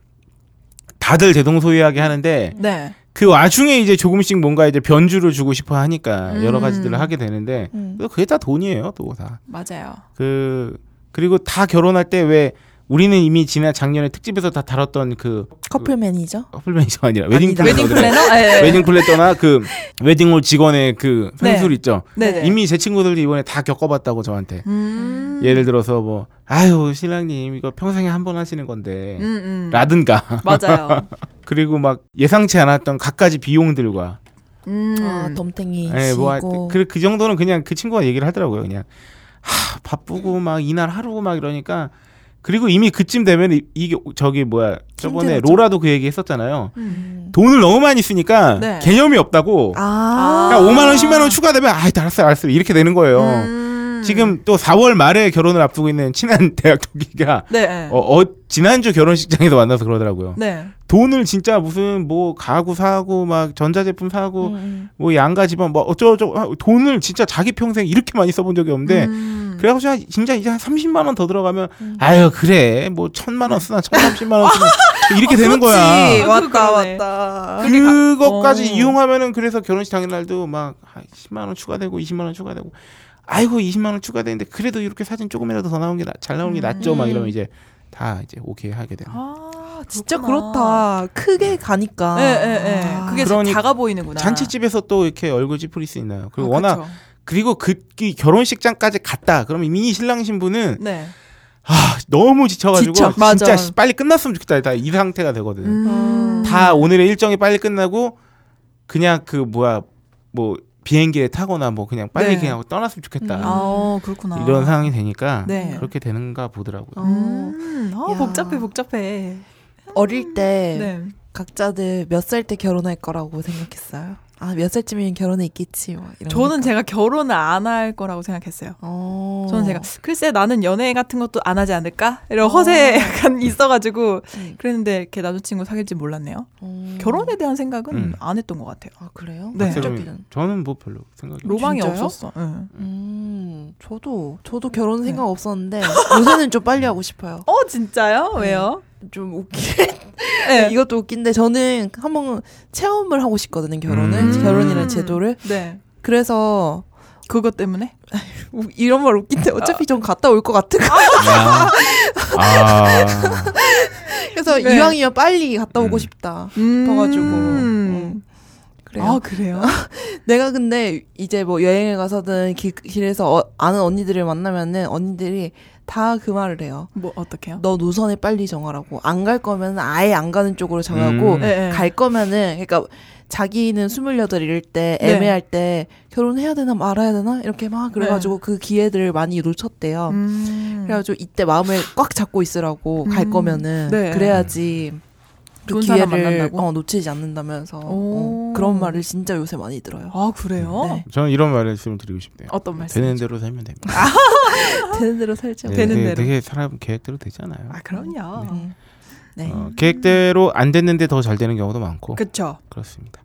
Speaker 2: 다들 대동소이하게 하는데
Speaker 1: 네.
Speaker 2: 그 와중에 이제 조금씩 뭔가 이제 변주를 주고 싶어 하니까
Speaker 1: 음.
Speaker 2: 여러 가지들을 하게 되는데
Speaker 3: 음.
Speaker 2: 또 그게 다 돈이에요 또 다.
Speaker 1: 맞아요.
Speaker 2: 그 그리고 다 결혼할 때 왜 우리는 이미 지난 작년에 특집에서 다 다뤘던 그
Speaker 3: 커플 매니저.
Speaker 2: 커플 매니저가 아니라 웨딩
Speaker 3: 아니다.
Speaker 2: 플래너
Speaker 1: 웨딩 플래너? 네.
Speaker 2: 웨딩 플래너나 그 웨딩홀 직원의 그
Speaker 1: 네.
Speaker 2: 상술 있죠.
Speaker 1: 네네.
Speaker 2: 이미 제 친구들도 이번에 다 겪어봤다고 저한테
Speaker 1: 음.
Speaker 2: 예를 들어서 뭐 아유 신랑님 이거 평생에 한 번 하시는 건데
Speaker 1: 음, 음.
Speaker 2: 라든가
Speaker 1: 맞아요.
Speaker 2: 그리고 막 예상치 않았던 갖가지 비용들과
Speaker 1: 음.
Speaker 3: 아, 덤탱이
Speaker 2: 예, 뭐, 하여튼
Speaker 3: 지고
Speaker 2: 그, 그 정도는 그냥 그 친구가 얘기를 하더라고요. 그냥 하, 바쁘고 막 이날 하루고 막 이러니까 그리고 이미 그쯤 되면 이- 이게 저기 뭐야 저번에
Speaker 3: 힘들어져.
Speaker 2: 로라도 그 얘기 했었잖아요.
Speaker 1: 음.
Speaker 2: 돈을 너무 많이 쓰니까
Speaker 1: 네.
Speaker 2: 개념이 없다고.
Speaker 3: 아.
Speaker 2: 그러니까 5만 원, 10만 원 추가되면 아, 알았어요, 알았어요 이렇게 되는 거예요.
Speaker 1: 음.
Speaker 2: 지금 또 4월 말에 결혼을 앞두고 있는 친한 대학 동기가
Speaker 1: 네. 네.
Speaker 2: 어, 어, 지난주 결혼식장에서 만나서 그러더라고요.
Speaker 1: 네.
Speaker 2: 돈을 진짜 무슨 뭐 가구 사고 막 전자제품 사고
Speaker 3: 음, 음.
Speaker 2: 뭐 양가 집안 뭐 어쩌고저쩌고 하- 돈을 진짜 자기 평생 이렇게 많이 써본 적이 없는데
Speaker 1: 음.
Speaker 2: 그래가지고 한- 진짜 이제 한 30만 원 더 들어가면
Speaker 3: 음.
Speaker 2: 아유 그래 뭐 천만 원 쓰나 천삼십만 원 쓰나 이렇게 되는
Speaker 3: 그렇지.
Speaker 2: 거야
Speaker 3: 아. 왔다
Speaker 1: 아, 그러네.
Speaker 3: 왔다.
Speaker 2: 아, 그것까지
Speaker 1: 어.
Speaker 2: 이용하면은 그래서 결혼식 당일날도 막 아, 10만 원 추가되고 20만 원 추가되고 아이고 20만 원 추가되는데 그래도 이렇게 사진 조금이라도 더 나온 게 잘
Speaker 1: 음.
Speaker 2: 나온 게 낫죠 막 이러면 이제 다 이제 오케이 하게 되는
Speaker 1: 아,
Speaker 3: 진짜 그렇다. 크게 가니까.
Speaker 1: 예, 예, 예.
Speaker 3: 아.
Speaker 1: 그게
Speaker 2: 그러니-
Speaker 1: 좀 작아 보이는구나.
Speaker 2: 잔치집에서 또 이렇게 얼굴 찌푸릴 수 있나요 그리고
Speaker 1: 아,
Speaker 2: 워낙
Speaker 1: 그쵸.
Speaker 2: 그리고 그 이 결혼식장까지 갔다. 그러면 이미 신랑 신부는
Speaker 1: 네.
Speaker 2: 아, 너무 지쳐가지고
Speaker 1: 지쳐.
Speaker 2: 진짜
Speaker 1: 맞아.
Speaker 2: 씨, 빨리 끝났으면 좋겠다. 다 이 상태가 되거든.
Speaker 1: 음.
Speaker 2: 다 오늘의 일정이 빨리 끝나고 그냥 그 뭐야 뭐 비행기에 타거나 뭐 그냥 빨리
Speaker 1: 네.
Speaker 2: 그냥 떠났으면 좋겠다.
Speaker 1: 아, 그렇구나.
Speaker 2: 이런 상황이 되니까
Speaker 1: 네.
Speaker 2: 그렇게 되는가
Speaker 3: 어.
Speaker 2: 보더라고요.
Speaker 1: 음. 어,
Speaker 3: 야.
Speaker 1: 복잡해, 복잡해.
Speaker 3: 어릴 때
Speaker 1: 네.
Speaker 3: 각자들 몇 살 때 결혼할 거라고 생각했어요. 아 몇 살쯤이면 결혼해 있겠지. 뭐 이런
Speaker 1: 저는
Speaker 3: 생각.
Speaker 1: 제가 결혼을 안 할 거라고 생각했어요.
Speaker 3: 어.
Speaker 1: 저는 제가 글쎄 나는 연애 같은 것도 안 하지 않을까 이런 허세 약간 있어가지고
Speaker 3: 음.
Speaker 1: 그랬는데 이렇게 남자친구 사귈 줄 몰랐네요.
Speaker 3: 어.
Speaker 1: 결혼에 대한 생각은
Speaker 2: 음.
Speaker 1: 안 했던 것 같아요.
Speaker 3: 아 그래요?
Speaker 1: 네.
Speaker 2: 박세롬이
Speaker 3: 저는-
Speaker 2: 저는 뭐 별로 생각이 없어요.
Speaker 1: 로망이
Speaker 3: 진짜요?
Speaker 1: 없었어. 응.
Speaker 3: 음, 저도 저도
Speaker 1: 네.
Speaker 3: 결혼 생각 없었는데 요새는 좀 빨리 하고 싶어요.
Speaker 1: 어 진짜요? 왜요?
Speaker 3: 좀 웃기네.
Speaker 1: 네.
Speaker 3: 이것도 웃긴데 저는 한번 체험을 하고 싶거든요. 결혼을
Speaker 2: 음.
Speaker 3: 결혼이라는 제도를
Speaker 1: 네.
Speaker 3: 그래서
Speaker 1: 그것 때문에
Speaker 3: 우- 이런 말 웃긴데 어차피 전 갔다 올 것 같은 거.
Speaker 2: 아. 아.
Speaker 3: 그래서
Speaker 1: 네.
Speaker 3: 이왕이면 빨리 갔다 오고
Speaker 2: 음.
Speaker 3: 싶다.
Speaker 1: 음.
Speaker 3: 싶어가지고. 음. 그래요.
Speaker 1: 아 그래요?
Speaker 3: 내가 근데 이제 뭐 여행을 가서든 길, 길에서 어- 아는 언니들을 만나면은 언니들이 다 그 말을 해요.
Speaker 1: 뭐 어떻게요?
Speaker 3: 너 노선을 빨리 정하라고. 안 갈 거면 아예 안 가는 쪽으로 정하고
Speaker 2: 음.
Speaker 1: 네, 네.
Speaker 3: 갈 거면은 그러니까 자기는 스물여덟일 때
Speaker 1: 네.
Speaker 3: 애매할 때 결혼해야 되나 말아야 되나 이렇게 막 그래가지고 그 기회들을 많이 놓쳤대요.
Speaker 1: 음.
Speaker 3: 그래가지고 이때 마음을 꽉 잡고 있으라고 갈
Speaker 1: 음.
Speaker 3: 거면은
Speaker 1: 네.
Speaker 3: 그래야지 그
Speaker 1: 좋은
Speaker 3: 기회를
Speaker 1: 사람 만난다고?
Speaker 3: 어, 놓치지 않는다면서 어,
Speaker 1: 오.
Speaker 3: 그런 말을 진짜 요새 많이 들어요.
Speaker 1: 아 그래요?
Speaker 3: 네.
Speaker 2: 저는 이런 말씀을 드리고 싶네요.
Speaker 1: 어떤 말씀?
Speaker 2: 되는 대로 살면 됩니다.
Speaker 3: 되는 대로 살죠.
Speaker 2: 네,
Speaker 1: 되는
Speaker 2: 되게-
Speaker 1: 대로.
Speaker 2: 되게 사람 계획대로 되잖아요.
Speaker 1: 아 그럼요.
Speaker 3: 음. 네.
Speaker 2: 어, 계획대로 안 됐는데 더 잘 되는 경우도 많고
Speaker 1: 그쵸.
Speaker 2: 그렇습니다.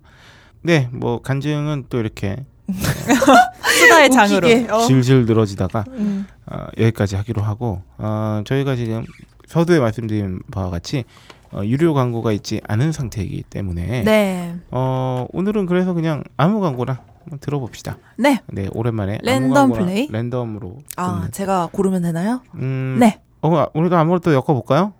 Speaker 2: 네, 뭐 간증은 또 이렇게
Speaker 1: 수다의 장으로.
Speaker 3: 웃기게. 어.
Speaker 2: 질질 늘어지다가
Speaker 3: 음.
Speaker 2: 어, 여기까지 하기로 하고 어, 저희가 지금 서두에 말씀드린 바와 같이 어, 유료 광고가 있지 않은 상태이기 때문에
Speaker 1: 네.
Speaker 2: 어, 오늘은 그래서 그냥 아무 광고나 한번 들어봅시다.
Speaker 1: 네.
Speaker 2: 네, 오랜만에
Speaker 1: 랜덤
Speaker 2: 아무 광고나
Speaker 1: 플레이?
Speaker 2: 랜덤으로
Speaker 3: 아
Speaker 2: 듣는.
Speaker 3: 제가 고르면 되나요?
Speaker 2: 음,
Speaker 1: 네.
Speaker 2: 어, 오늘도 아무것도 엮어볼까요?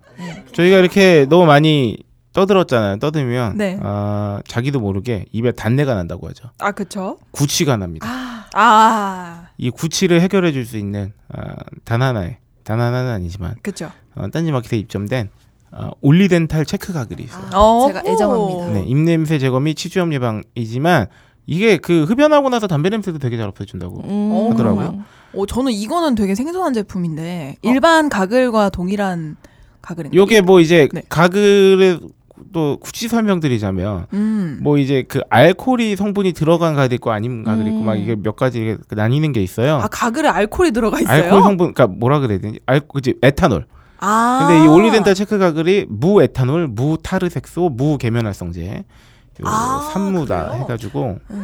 Speaker 2: 저희가 이렇게 너무 많이 떠들었잖아요. 떠들면
Speaker 1: 네.
Speaker 2: 아, 자기도 모르게 입에 단내가 난다고 하죠.
Speaker 1: 아 그쵸.
Speaker 2: 구취가 납니다.
Speaker 1: 아
Speaker 2: 이 구취를 해결해 줄 수 있는 아, 단 하나의 단 하나는 아니지만
Speaker 1: 그쵸.
Speaker 2: 어, 딴지마켓에 입점된 어, 올리덴탈 체크 가글이 있어요.
Speaker 3: 아,
Speaker 1: 어허.
Speaker 3: 제가 애정합니다.
Speaker 2: 네, 입냄새 제거 및 치주염 예방이지만 이게 그 흡연하고 나서 담배 냄새도 되게 잘 없애준다고.
Speaker 3: 음.
Speaker 2: 하더라고요.
Speaker 1: 어, 저는 이거는 되게 생소한 제품인데 일반 가글과 동일한 가글인가요?
Speaker 2: 요게 뭐 이제
Speaker 1: 네.
Speaker 2: 가글에 또 굳이 설명드리자면
Speaker 1: 음.
Speaker 2: 뭐 이제 그 알코올이 성분이 들어간 가글 있고 아닌 가글 있고
Speaker 3: 음.
Speaker 2: 막 이게 몇 가지 이게 그 나뉘는 게 있어요.
Speaker 1: 아 가글에 알코올이 들어가 있어요?
Speaker 2: 알코올 성분 그러니까 뭐라 그래야 되지? 알 그지 에탄올.
Speaker 1: 아.
Speaker 2: 근데 이 올리덴탈 체크 가글이 무에탄올, 무타르색소, 무계면활성제 요
Speaker 1: 아,
Speaker 2: 산무다
Speaker 1: 그래요?
Speaker 2: 해가지고 네.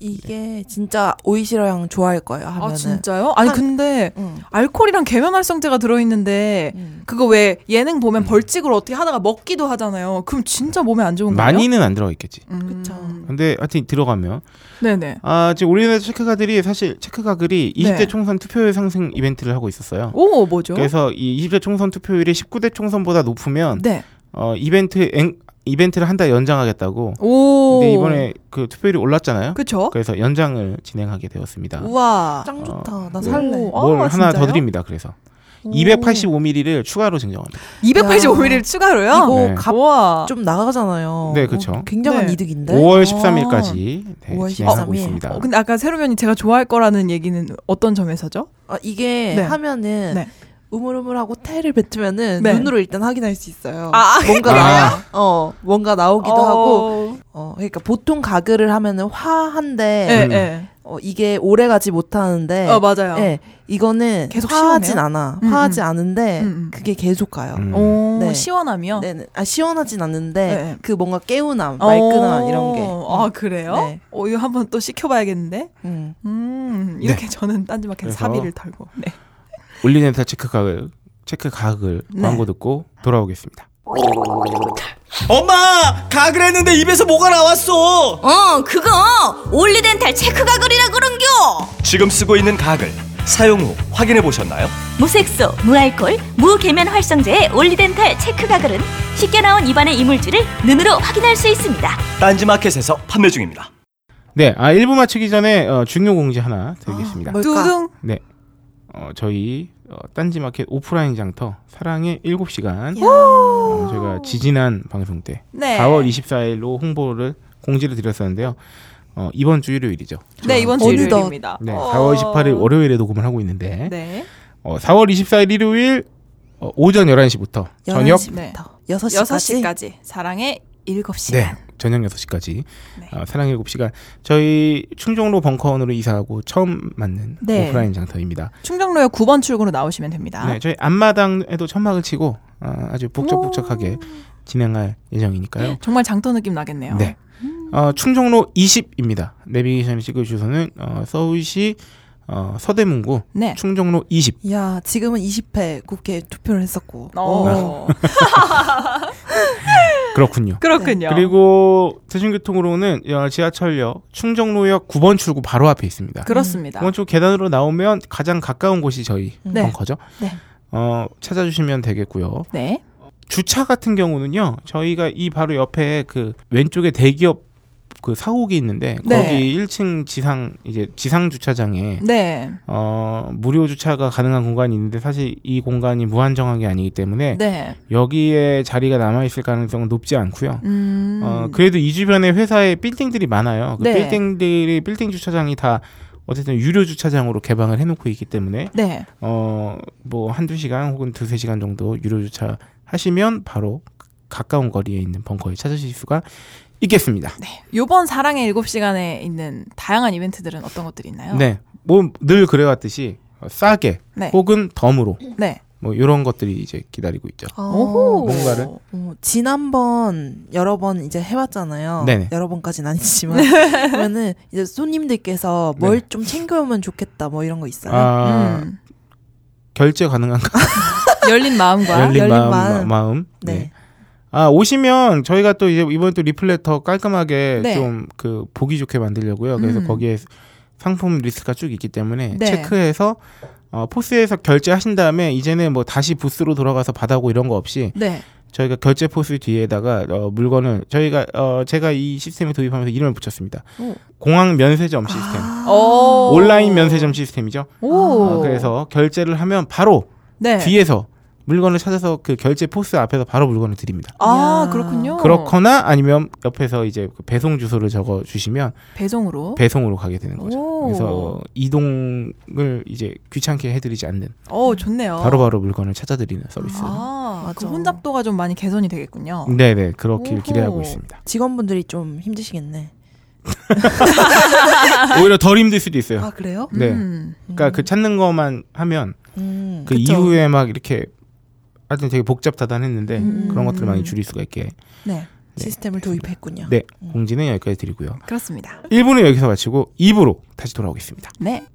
Speaker 3: 이게 진짜 오이시러양 좋아할 거예요. 하면은.
Speaker 1: 아 진짜요? 아니
Speaker 3: 한-
Speaker 1: 근데
Speaker 3: 음.
Speaker 1: 알코올이랑 계면활성제가 들어있는데
Speaker 3: 음.
Speaker 1: 그거 왜 예능
Speaker 2: 음.
Speaker 1: 보면 벌칙으로 어떻게 하다가 먹기도 하잖아요. 그럼 진짜 몸에 안 좋은 거예요?
Speaker 2: 많이는 안 들어가 있겠지.
Speaker 1: 음.
Speaker 3: 그쵸.
Speaker 2: 근데 하여튼 들어가면
Speaker 1: 네네.
Speaker 2: 아 지금 올리덴탈 체크 가글이 사실 체크 가글이 20대
Speaker 1: 네.
Speaker 2: 총선 투표율 상승 이벤트를 하고 있었어요.
Speaker 1: 오 뭐죠?
Speaker 2: 그래서 이 20대 총선 투표율이 19대 총선보다 높으면
Speaker 1: 네.
Speaker 2: 어, 이벤트 엥, 이벤트를 한 달 연장하겠다고.
Speaker 1: 오.
Speaker 2: 근데 이번에 그 투표율이 올랐잖아요.
Speaker 1: 그쵸?
Speaker 2: 래서 연장을 진행하게 되었습니다.
Speaker 1: 우와.
Speaker 3: 아, 짱 좋다.
Speaker 2: 어,
Speaker 3: 나
Speaker 2: 뭐-
Speaker 3: 살래.
Speaker 1: 오,
Speaker 2: 뭘
Speaker 1: 아,
Speaker 2: 하나 더
Speaker 1: 진짜요?
Speaker 2: 드립니다. 그래서 285ml를 추가로 증정합니다.
Speaker 1: 285ml 추가로요?
Speaker 3: 이거
Speaker 2: 네.
Speaker 3: 값
Speaker 1: 우와.
Speaker 3: 좀 나가잖아요.
Speaker 2: 네, 그쵸.
Speaker 3: 어, 굉장한
Speaker 1: 네.
Speaker 3: 이득인데.
Speaker 2: 5월 13일까지 네,
Speaker 3: 5월
Speaker 2: 진행하고
Speaker 3: 13일.
Speaker 2: 있습니다.
Speaker 1: 어, 근데 아까 세로면이 제가 좋아할 거라는 얘기는 어떤 점에서죠?
Speaker 3: 아, 이게
Speaker 1: 네.
Speaker 3: 하면은
Speaker 1: 네.
Speaker 3: 우물우물하고 테를 뱉으면은
Speaker 1: 네.
Speaker 3: 눈으로 일단 확인할 수 있어요.
Speaker 1: 아,
Speaker 3: 뭔가
Speaker 2: 아.
Speaker 3: 나, 어 뭔가 나오기도
Speaker 1: 어.
Speaker 3: 하고 어 그러니까 보통 가글을 하면은 화한데
Speaker 1: 예,
Speaker 2: 음.
Speaker 1: 예.
Speaker 3: 어, 이게 오래 가지 못하는데
Speaker 1: 어, 맞아요.
Speaker 3: 예, 이거는
Speaker 1: 계속
Speaker 3: 화하진
Speaker 1: 시원해요?
Speaker 3: 않아.
Speaker 1: 음,
Speaker 3: 화하지
Speaker 1: 음.
Speaker 3: 않은데
Speaker 1: 음, 음.
Speaker 3: 그게 계속 가요.
Speaker 2: 음.
Speaker 1: 오,
Speaker 3: 네.
Speaker 1: 시원하며.
Speaker 3: 네, 네. 아 시원하진 않는데
Speaker 1: 네.
Speaker 3: 그 뭔가 깨운함, 말끈함 이런 게.
Speaker 1: 어, 아, 그래요?
Speaker 3: 네.
Speaker 1: 어, 이거 한번 또 시켜봐야겠는데?
Speaker 3: 음.
Speaker 1: 음, 이렇게 저는 딴지마켓
Speaker 2: 네. 그래서-
Speaker 1: 사비를 털고. 네.
Speaker 2: 올리젠탈 체크 가글 체크 가글
Speaker 1: 네.
Speaker 2: 광고 듣고 돌아오겠습니다.
Speaker 6: 엄마 가글 했는데 입에서 뭐가 나왔어
Speaker 7: 어, 그거 올리덴탈 체크 가글이라 그런겨.
Speaker 6: 지금 쓰고 있는 가글 사용 후 확인해 보셨나요?
Speaker 7: 무색소, 무알콜, 무계면 활성제의 올리덴탈 체크 가글은 쉽게 나온 입안의 이물질을 눈으로 확인할 수 있습니다.
Speaker 6: 딴지마켓에서 판매 중입니다
Speaker 2: 네, 아 1부 마치기 전에 어, 중요 공지 하나 드리겠습니다.
Speaker 3: 뭘까?
Speaker 1: 두둥.
Speaker 2: 어, 저희 어, 딴지마켓 오프라인 장터 사랑의 7시간 어, 저희가 지지난 방송 때
Speaker 1: 네.
Speaker 2: 4월 24일로 홍보를 공지를 드렸었는데요. 어, 이번 주 일요일이죠.
Speaker 1: 네, 이번 주
Speaker 3: 어느덧.
Speaker 1: 일요일입니다.
Speaker 2: 네,
Speaker 1: 어.
Speaker 2: 4월 28일 월요일에 녹음을 하고 있는데
Speaker 1: 네.
Speaker 2: 어, 4월 24일 일요일 어, 오전 11시부터 저녁
Speaker 3: 11시부터
Speaker 1: 네.
Speaker 3: 6시까지.
Speaker 1: 6시까지 사랑의 7시간.
Speaker 2: 네. 저녁 6시까지
Speaker 1: 네.
Speaker 2: 어, 사랑 7시간 저희 충정로 벙커원으로 이사하고 처음 맞는
Speaker 1: 네.
Speaker 2: 오프라인 장터입니다.
Speaker 1: 충정로에 9번 출구로 나오시면 됩니다.
Speaker 2: 네, 저희 앞마당에도 천막을 치고 어, 아주 복적복적하게 진행할 예정이니까요.
Speaker 1: 정말 장터 느낌 나겠네요. 음.
Speaker 2: 네. 어, 충정로 20입니다. 내비게이션 찍을 주소는 어, 서울시 어, 서대문구
Speaker 1: 네.
Speaker 2: 충정로 20.
Speaker 3: 야, 지금은 20회 국회 투표를 했었고. 어.
Speaker 1: 어.
Speaker 2: 그렇군요.
Speaker 1: 그렇군요.
Speaker 2: 그리고 대중교통으로는 어, 지하철역 충정로역 9번 출구 바로 앞에 있습니다.
Speaker 1: 그렇습니다.
Speaker 2: 9번 출구 계단으로 나오면 가장 가까운 곳이 저희
Speaker 1: 네.
Speaker 2: 벙커죠.
Speaker 1: 네.
Speaker 2: 어, 찾아주시면 되겠고요.
Speaker 1: 네.
Speaker 2: 주차 같은 경우는요. 저희가 이 바로 옆에 그 왼쪽에 대기업 그 사옥이 있는데
Speaker 1: 네.
Speaker 2: 거기 1층 지상 이제 지상 주차장에
Speaker 1: 네.
Speaker 2: 어, 무료 주차가 가능한 공간이 있는데 사실 이 공간이 무한정한 게 아니기 때문에
Speaker 1: 네.
Speaker 2: 여기에 자리가 남아 있을 가능성은 높지 않고요.
Speaker 1: 음.
Speaker 2: 어, 그래도 이 주변에 회사에 빌딩들이 많아요. 그
Speaker 1: 네.
Speaker 2: 빌딩들이 빌딩 주차장이 다 어쨌든 유료 주차장으로 개방을 해놓고 있기 때문에
Speaker 1: 네.
Speaker 2: 어, 뭐 한두 시간 혹은 두세 시간 정도 유료 주차 하시면 바로 가까운 거리에 있는 벙커에 찾으실 수가 있겠습니다.
Speaker 1: 요번 사랑의 7시간에 있는 다양한 이벤트들은 어떤 것들이 있나요?
Speaker 2: 네. 뭐 늘 그래왔듯이 어, 싸게
Speaker 1: 네.
Speaker 2: 혹은 덤으로
Speaker 1: 네.
Speaker 2: 뭐 이런 것들이 이제 기다리고 있죠.
Speaker 3: 어.
Speaker 1: 오호.
Speaker 2: 아. 뭔가를?
Speaker 3: 어, 지난번 여러 번 이제 해왔잖아요.
Speaker 2: 네네.
Speaker 3: 여러 번까지는 아니지만 그러면은 이제 손님들께서 뭘
Speaker 2: 네.
Speaker 3: 좀 챙겨오면 좋겠다 뭐 이런 거 있어요.
Speaker 2: 아,
Speaker 1: 음.
Speaker 2: 결제 가능한가?
Speaker 1: 열린 마음과
Speaker 2: 열린,
Speaker 3: 열린
Speaker 2: 마음, 마-
Speaker 3: 마음.
Speaker 2: 마음.
Speaker 3: 네.
Speaker 2: 네. 아 오시면 저희가 또 이제 이번 또 리플렛 더 깔끔하게
Speaker 1: 네.
Speaker 2: 좀 그 보기 좋게 만들려고요. 그래서
Speaker 1: 음.
Speaker 2: 거기에 상품 리스트가 쭉 있기 때문에
Speaker 1: 네.
Speaker 2: 체크해서 어, 포스에서 결제하신 다음에 이제는 뭐 다시 부스로 돌아가서 받아고 이런 거 없이
Speaker 1: 네.
Speaker 2: 저희가 결제 포스 뒤에다가 어, 물건을 저희가 어, 제가 이 시스템을 도입하면서 이름을 붙였습니다.
Speaker 1: 오.
Speaker 2: 공항 면세점 시스템,
Speaker 3: 아. 어.
Speaker 1: 오.
Speaker 2: 온라인 면세점 시스템이죠.
Speaker 1: 오.
Speaker 2: 어, 그래서 결제를 하면 바로
Speaker 1: 네.
Speaker 2: 아, 뒤에서 물건을 찾아서 그 결제 포스 앞에서 바로 물건을 드립니다.
Speaker 1: 아
Speaker 3: 야.
Speaker 1: 그렇군요.
Speaker 2: 그렇거나 아니면 옆에서 이제 그 배송 주소를 적어 주시면
Speaker 1: 배송으로.
Speaker 2: 배송으로 가게 되는 거죠.
Speaker 1: 어? 오.
Speaker 2: 그래서 어, 이동을 이제 귀찮게 해드리지 않는
Speaker 1: 어 좋네요.
Speaker 2: 바로바로 물건을 찾아드리는 서비스.
Speaker 1: 아, 그
Speaker 3: 맞아.
Speaker 1: 혼잡도가 좀 많이 개선이 되겠군요.
Speaker 2: 네네 그렇길
Speaker 1: 오호.
Speaker 2: 기대하고 있습니다.
Speaker 3: 직원분들이 좀 힘드시겠네.
Speaker 2: 오히려 덜 힘들 수도 있어요.
Speaker 3: 아 그래요?
Speaker 2: 네.
Speaker 1: 음.
Speaker 2: 그러니까 그 찾는 것만 하면
Speaker 3: 음,
Speaker 2: 그
Speaker 3: 그쵸.
Speaker 2: 이후에 막 이렇게 하여튼 되게 복잡다단했는데
Speaker 3: 음.
Speaker 2: 네. 그런 것들을 많이 줄일 수가 있게
Speaker 3: 네. 시스템을 도입했군요.
Speaker 2: 네 공지는 여기까지 드리고요.
Speaker 1: 그렇습니다.
Speaker 2: 1부는 여기서 마치고 2부로 다시 돌아오겠습니다.
Speaker 1: 네.